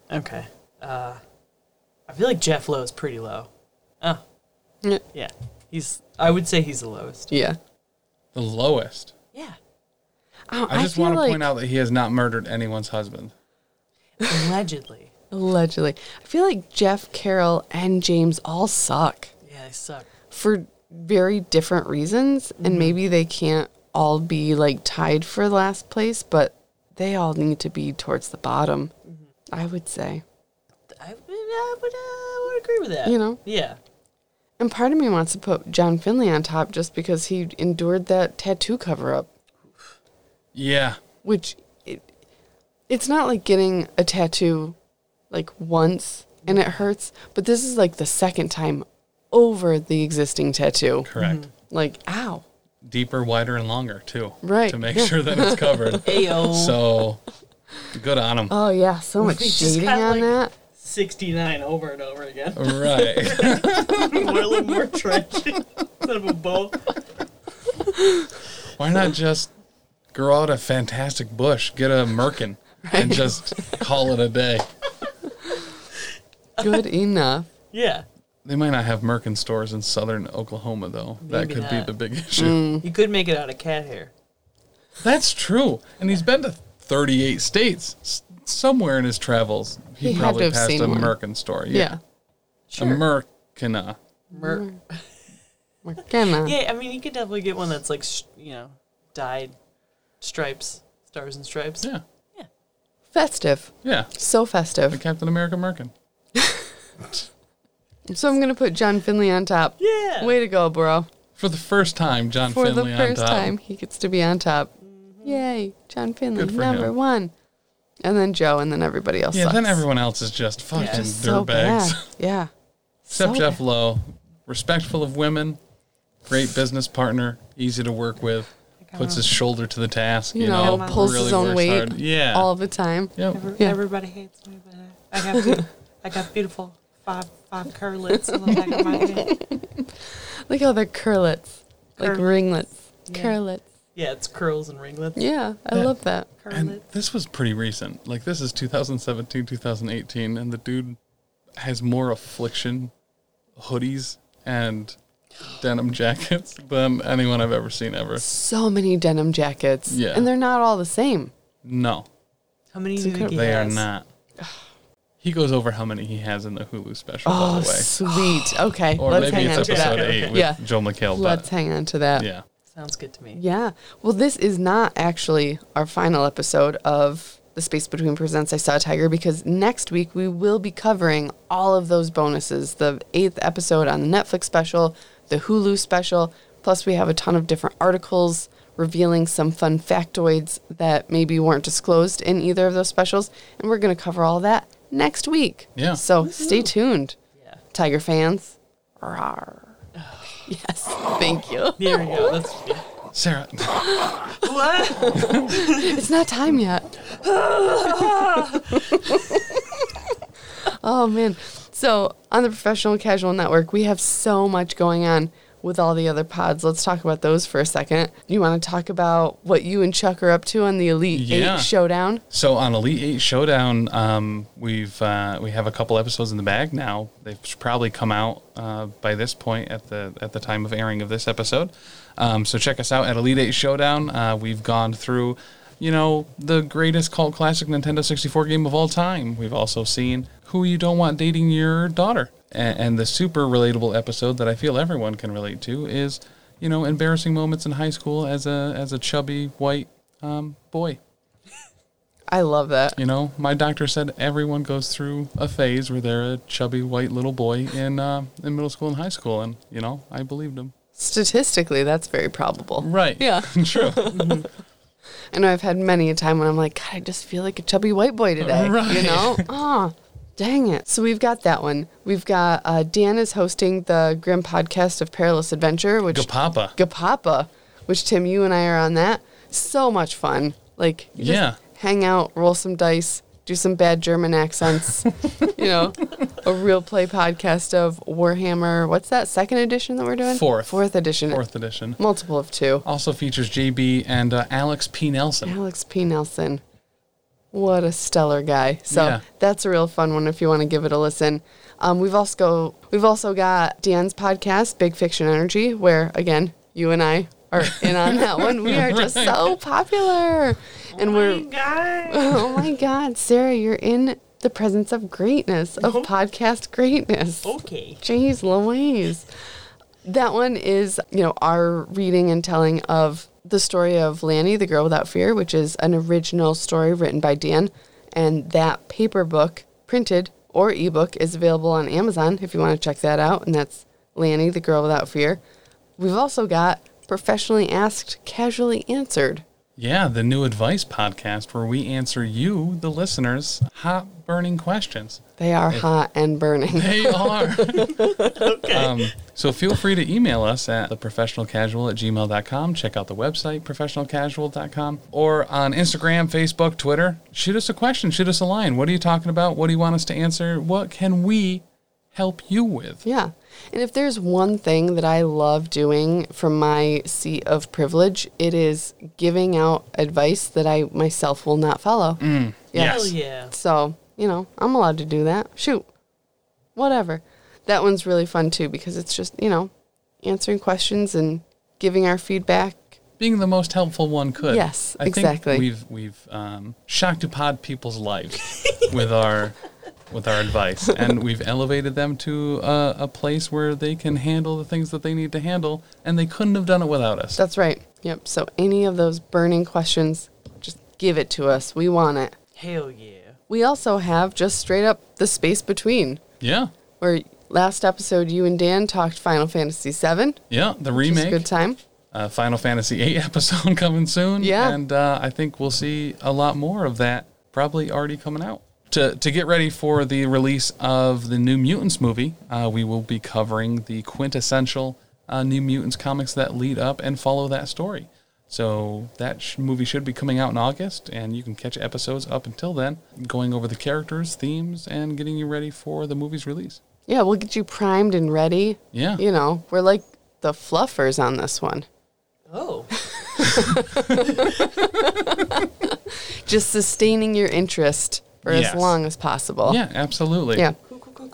yeah. Okay. Uh, I feel like Jeff Lowe is pretty low. Oh, Yeah. yeah. He's. I would say he's the lowest. Yeah. The lowest. Yeah. Oh, I just feel want to like- point out that he has not murdered anyone's husband. Allegedly. Allegedly. I feel like Jeff Carroll and James all suck Yeah, I suck. for very different reasons. Mm-hmm. And maybe they can't all be like tied for last place, but they all need to be towards the bottom, Mm-hmm. I would say. I would, I would, uh, I would agree with that. You know? Yeah. And part of me wants to put John Finley on top just because he endured that tattoo cover up, Yeah, which it, it's not like getting a tattoo like once and it hurts, but this is like the second time over the existing tattoo. correct. Like, ow. Deeper, wider, and longer too. Right, To make yeah. sure (laughs) that it's covered. (laughs) Ayo. so good on him. Oh yeah, so much just shading got, on like- that. 69 over and over again. Right. What a little (laughs) more tragic. Instead of a bow. Why not just grow out a fantastic bush, get a merkin, and just call it a day? (laughs) Good enough. Yeah. They might not have merkin stores in southern Oklahoma though. that Maybe could not. be the big issue. Mm. You could make it out of cat hair. That's true. And he's been to 38 states. S- Somewhere in his travels, he, He had to probably have passed seen a one. merkin store. Yeah. Yeah. Sure. A merkina. Mer- We're gonna. yeah, I mean, you could definitely get one that's like, sh- you know, dyed stripes, stars and stripes. Yeah. Festive. Yeah. So The festive. Captain America merkin. So I'm gonna put John Finley on top. Yeah. Way to go, bro. For the first time, John For Finley the on first top. time he gets to be on top. Yay. John Finley, Good for number him. one. And then Joe and then everybody else. Yeah, sucks. then everyone else is just fucking Just so dirtbags. (laughs) bad. Yeah. Except So Jeff bad. Lowe. Respectful of women, great business partner, easy to work with, puts his shoulder to the task. You, You, know, know pulls his own works weight hard. Yeah. all the time. Yep. Yeah. Everybody hates me, but I, I got beau- I got beautiful five five curlets in the back of my head. Look how they're curlets. Like Curlets. ringlets. Yeah. Curlets. Yeah, it's curls and ringlets. Yeah. I Yeah. love that. And Curlets. this was pretty recent. Like this is 2017, 2018, and the dude has more affliction hoodies and denim (laughs) jackets than anyone I've ever seen ever. So many denim jackets. Yeah. And they're not all the same. No, How many It's do you think he incredible. they has? are not. He goes over how many he has in the Hulu special, Oh, by the way. sweet. Okay. Or Let's maybe hang on it's to that. episode Okay, eight okay. with Yeah. Joe McHale. Let's But hang on to that. yeah, Sounds good to me. Yeah. Well, this is not actually our final episode of The Space Between Presents I Saw a Tiger because next week we will be covering all of those bonuses the eighth episode on the Netflix special, the Hulu special, plus we have a ton of different articles revealing some fun factoids that maybe weren't disclosed in either of those specials. And we're going to cover all that next week. Yeah. So stay tuned, Yeah. Tiger fans. Rawr. (laughs) Yes. Thank you. There we go. That's yeah. Sarah, (laughs) What? It's not time yet. oh man. So on the professional and casual network, we have so much going on with all the other pods. Let's talk about those for a second. You want to talk about what you and Chuck are up to on the Elite Yeah. Eight showdown? So on Elite Eight Showdown, um, we've uh, we have a couple episodes in the bag now. They've probably come out uh, by this point at the at the time of airing of this episode. Um, so check us out at Elite Eight Showdown. Uh, we've gone through, you know, the greatest cult classic Nintendo sixty four game of all time. We've also seen Who You Don't Want Dating Your Daughter, and, and the super relatable episode that I feel everyone can relate to is, you know, embarrassing moments in high school as a as a chubby white um, boy. I love that. You know, my doctor said everyone goes through a phase where they're a chubby white little boy in uh, in middle school and high school, and you know, I believed him. Statistically, that's very probable. Right. Yeah. (laughs) True. (laughs) I know I've had many a time when I'm like, God, I just feel like a chubby white boy today. You Right. (laughs) know? Ah, dang it. So we've got that one. We've got uh, Dan is hosting the Grim Podcast of Perilous Adventure, which Gapapa. Gapapa, which Tim, you and I are on that. So much fun. Like, you just Yeah. hang out, roll some dice, do some bad German accents, (laughs) you know, a real play podcast of Warhammer. What's that second edition that we're doing? Fourth. Fourth edition. Fourth edition. Multiple of two. Also features JB and uh, Alex P. Nelson. Alex P. Nelson. What a stellar guy. So Yeah. that's a real fun one if you want to give it a listen. Um, we've also go, we've also got Deanne's podcast, Big Fiction Energy, where again, you and I are in on that one. We are just so popular. And we're (laughs) Oh my god, Sarah, you're in the presence of greatness, of podcast greatness. Okay. Jeez Louise. That one is, you know, our reading and telling of the story of Lanny, the girl without fear, which is an original story written by Dan. And that paper book, printed or ebook, is available on Amazon if you want to check that out. And that's Lanny, the girl without fear. We've also got professionally asked, casually answered. Yeah, the new advice podcast where we answer you, the listeners, hot burning questions. They are hot and burning. They are. um, so feel free to email us at theprofessionalcasual at gmail.com. Check out the website, professionalcasual.com, or on Instagram, Facebook, Twitter. Shoot us a question, shoot us a line. What are you talking about? What do you want us to answer? What can we help you with? Yeah. And if there's one thing that I love doing from my seat of privilege, it is giving out advice that I myself will not follow. Yes. Hell yeah. So, you know, I'm allowed to do that. Shoot. Whatever. That one's really fun too because it's just, you know, answering questions and giving our feedback. Being the most helpful one could. Yes, I exactly. Think we've we've um, shocked to pod people's lives (laughs) with our with our advice, and we've elevated them to uh, a, a place where they can handle the things that they need to handle, and they couldn't have done it without us. That's right. Yep. So, any of those burning questions, just give it to us. We want it. Hell (laughs) yeah. We also have just straight up the space between. yeah, where last episode you and Dan talked Final Fantasy VII. yeah. The It was a good remake, time. uh, Final Fantasy VIII (laughs) episode coming soon. Yeah. and uh, I think we'll see a lot more of that. Probably already coming out. To, to get ready for the release of the New Mutants movie, uh, we will be covering the quintessential uh, New Mutants comics that lead up and follow that story. So that sh- movie should be coming out in August, and you can catch episodes up until then, going over the characters, themes, and getting you ready for the movie's release. Yeah, we'll get you primed and ready. Yeah. You know, we're like the fluffers on this one. Oh. Just sustaining your interest for Yes. as long as possible. Yeah, absolutely. Yeah.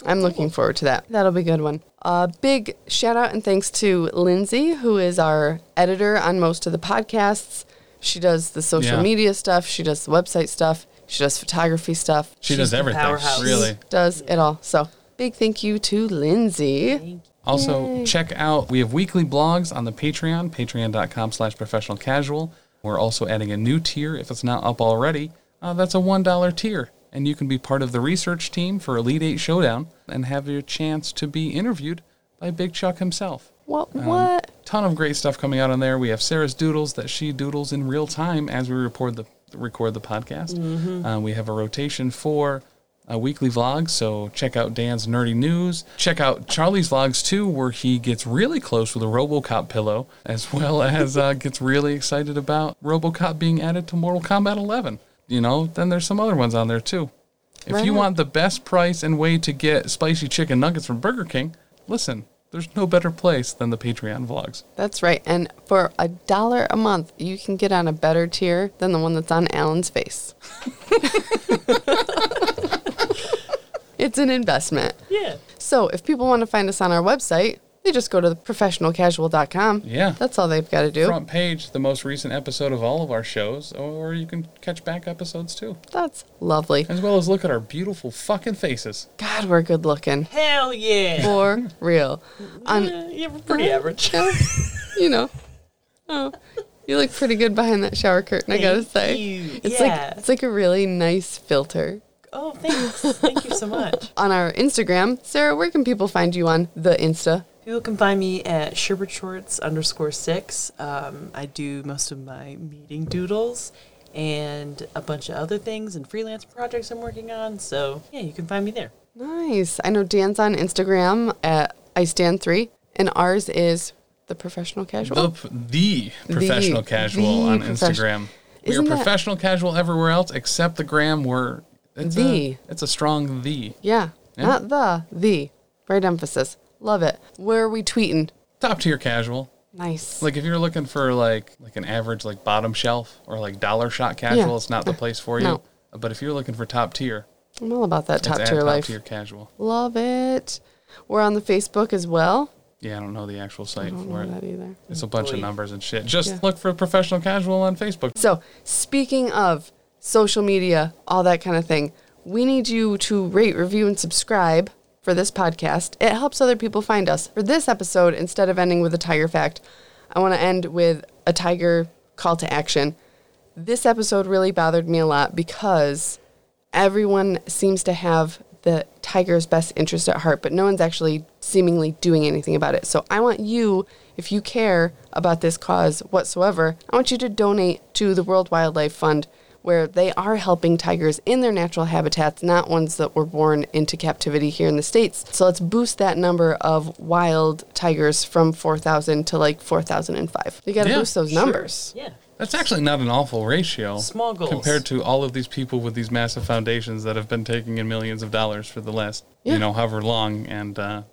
I'm looking forward to that. That'll be a good one. Uh, big shout out and thanks to Lindsay, who is our editor on most of the podcasts. She does the social Yeah. media stuff. She does the website stuff. She does photography stuff. She does the everything. powerhouse. Really. does it all. So big thank you to Lindsay. Also, check out, we have weekly blogs on the Patreon, patreon.com slash professional casual. We're also adding a new tier if it's not up already. Uh, that's a $1 tier. And you can be part of the research team for Elite Eight Showdown and have your chance to be interviewed by Big Chuck himself. What? What? Ton of great stuff coming out on there. We have Sarah's doodles that she doodles in real time as we record the record the podcast. Uh, we have a rotation for a weekly vlog, so check out Dan's nerdy news. Check out Charlie's vlogs too, where he gets really close with a RoboCop pillow, as well (laughs) as uh, gets really excited about RoboCop being added to Mortal Kombat 11. You know, then there's some other ones on there too. If Right you on. want the best price and way to get spicy chicken nuggets from Burger King, listen, there's no better place than the Patreon vlogs. That's right. And for a dollar a month, you can get on a better tier than the one that's on Alan's face. (laughs) it's an investment. Yeah. So if people want to find us on our website, they just go to the professionalcasual.com. Yeah. That's all they've got to do. Front page, the most recent episode of all of our shows, or you can catch back episodes too. That's lovely. As well as look at our beautiful fucking faces. God, we're good looking. Hell yeah. For real. On Uh, yeah, we're pretty average. Yeah, you know. Oh, you look pretty good behind that shower curtain. I gotta Thank say, you. it's Yeah. like it's like a really nice filter. Oh, thanks. Thank you so much. On our Instagram, Sarah, where can people find you on the Insta? People can find me at Sherbert Shorts underscore six. Um, I do most of my meeting doodles and a bunch of other things and freelance projects I'm working on. So, yeah, you can find me there. Nice. I know Dan's on Instagram at I stand three, and ours is the professional The, casual. p- the professional the casual on profession- Instagram. We are Isn't that- professional casual everywhere else except the gram. We're It's The. A, it's a strong the. Yeah. Yeah. Not the, the. Right emphasis. Love it. Where are we tweeting? Top tier casual. Nice. Like if you're looking for like like an average like bottom shelf or like dollar shot casual, Yeah. it's not the place for you. No. But if you're looking for top tier, I'm all about that it's top at tier top life. tier casual. Love it. We're on the Facebook as well. Yeah, I don't know the actual I site don't for know it. that either. It's a bunch of Boy. numbers and shit. Just Yeah. look for professional casual on Facebook. So, speaking of social media, all that kind of thing, we need you to rate, review, and subscribe for this podcast. It helps other people find us. For this episode, instead of ending with a tiger fact, I want to end with a tiger call to action. This episode really bothered me a lot because everyone seems to have the tiger's best interest at heart, but no one's actually seemingly doing anything about it. So I want you, if you care about this cause whatsoever, I want you to donate to the World Wildlife Fund, where they are helping tigers in their natural habitats, not ones that were born into captivity here in the States. So let's boost that number of wild tigers from 4,000 to like 4,005. You got to Yeah, boost those sure. numbers. Yeah. That's actually not an awful ratio. Small goals. compared to all of these people with these massive foundations that have been taking in millions of dollars for the last Yeah. you know however long, and uh,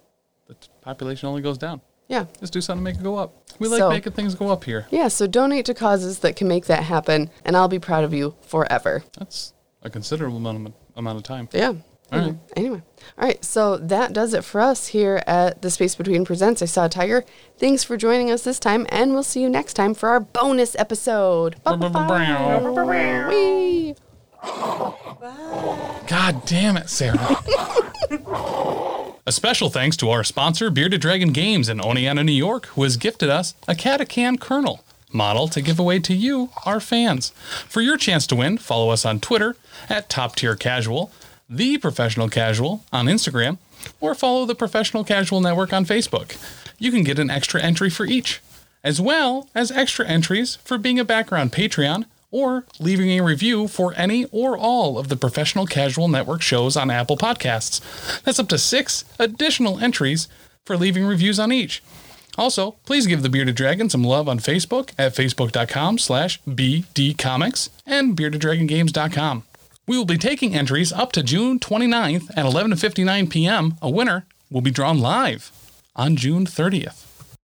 the t- population only goes down. Yeah. Let's do something to make it go up. We like So- making things go up here. Yeah, so donate to causes that can make that happen, and I'll be proud of you forever. That's a considerable amount of, amount of time. Yeah. All right. Anyway. Anyway. All right. So that does it for us here at The Space Between Presents. I saw a tiger. Thanks for joining us this time, and we'll see you next time for our bonus episode. Ba-ba-ba. Whee! God damn it, Sarah. a special thanks to our sponsor, Bearded Dragon Games in Oneana, New York, who has gifted us a Catacan Kernel model to give away to you, our fans. For your chance to win, follow us on Twitter at Top Tier Casual, The Professional Casual on Instagram, or follow the Professional Casual Network on Facebook. You can get an extra entry for each as well as extra entries for being a background Patreon or leaving a review for any or all of the Professional Casual Network shows on Apple Podcasts. That's up to six additional entries for leaving reviews on each. Also, please give the Bearded Dragon some love on Facebook at facebook.com slash bdcomics and beardeddragongames.com. We will be taking entries up to June 29th at 11.59 p.m. A winner will be drawn live on June 30th.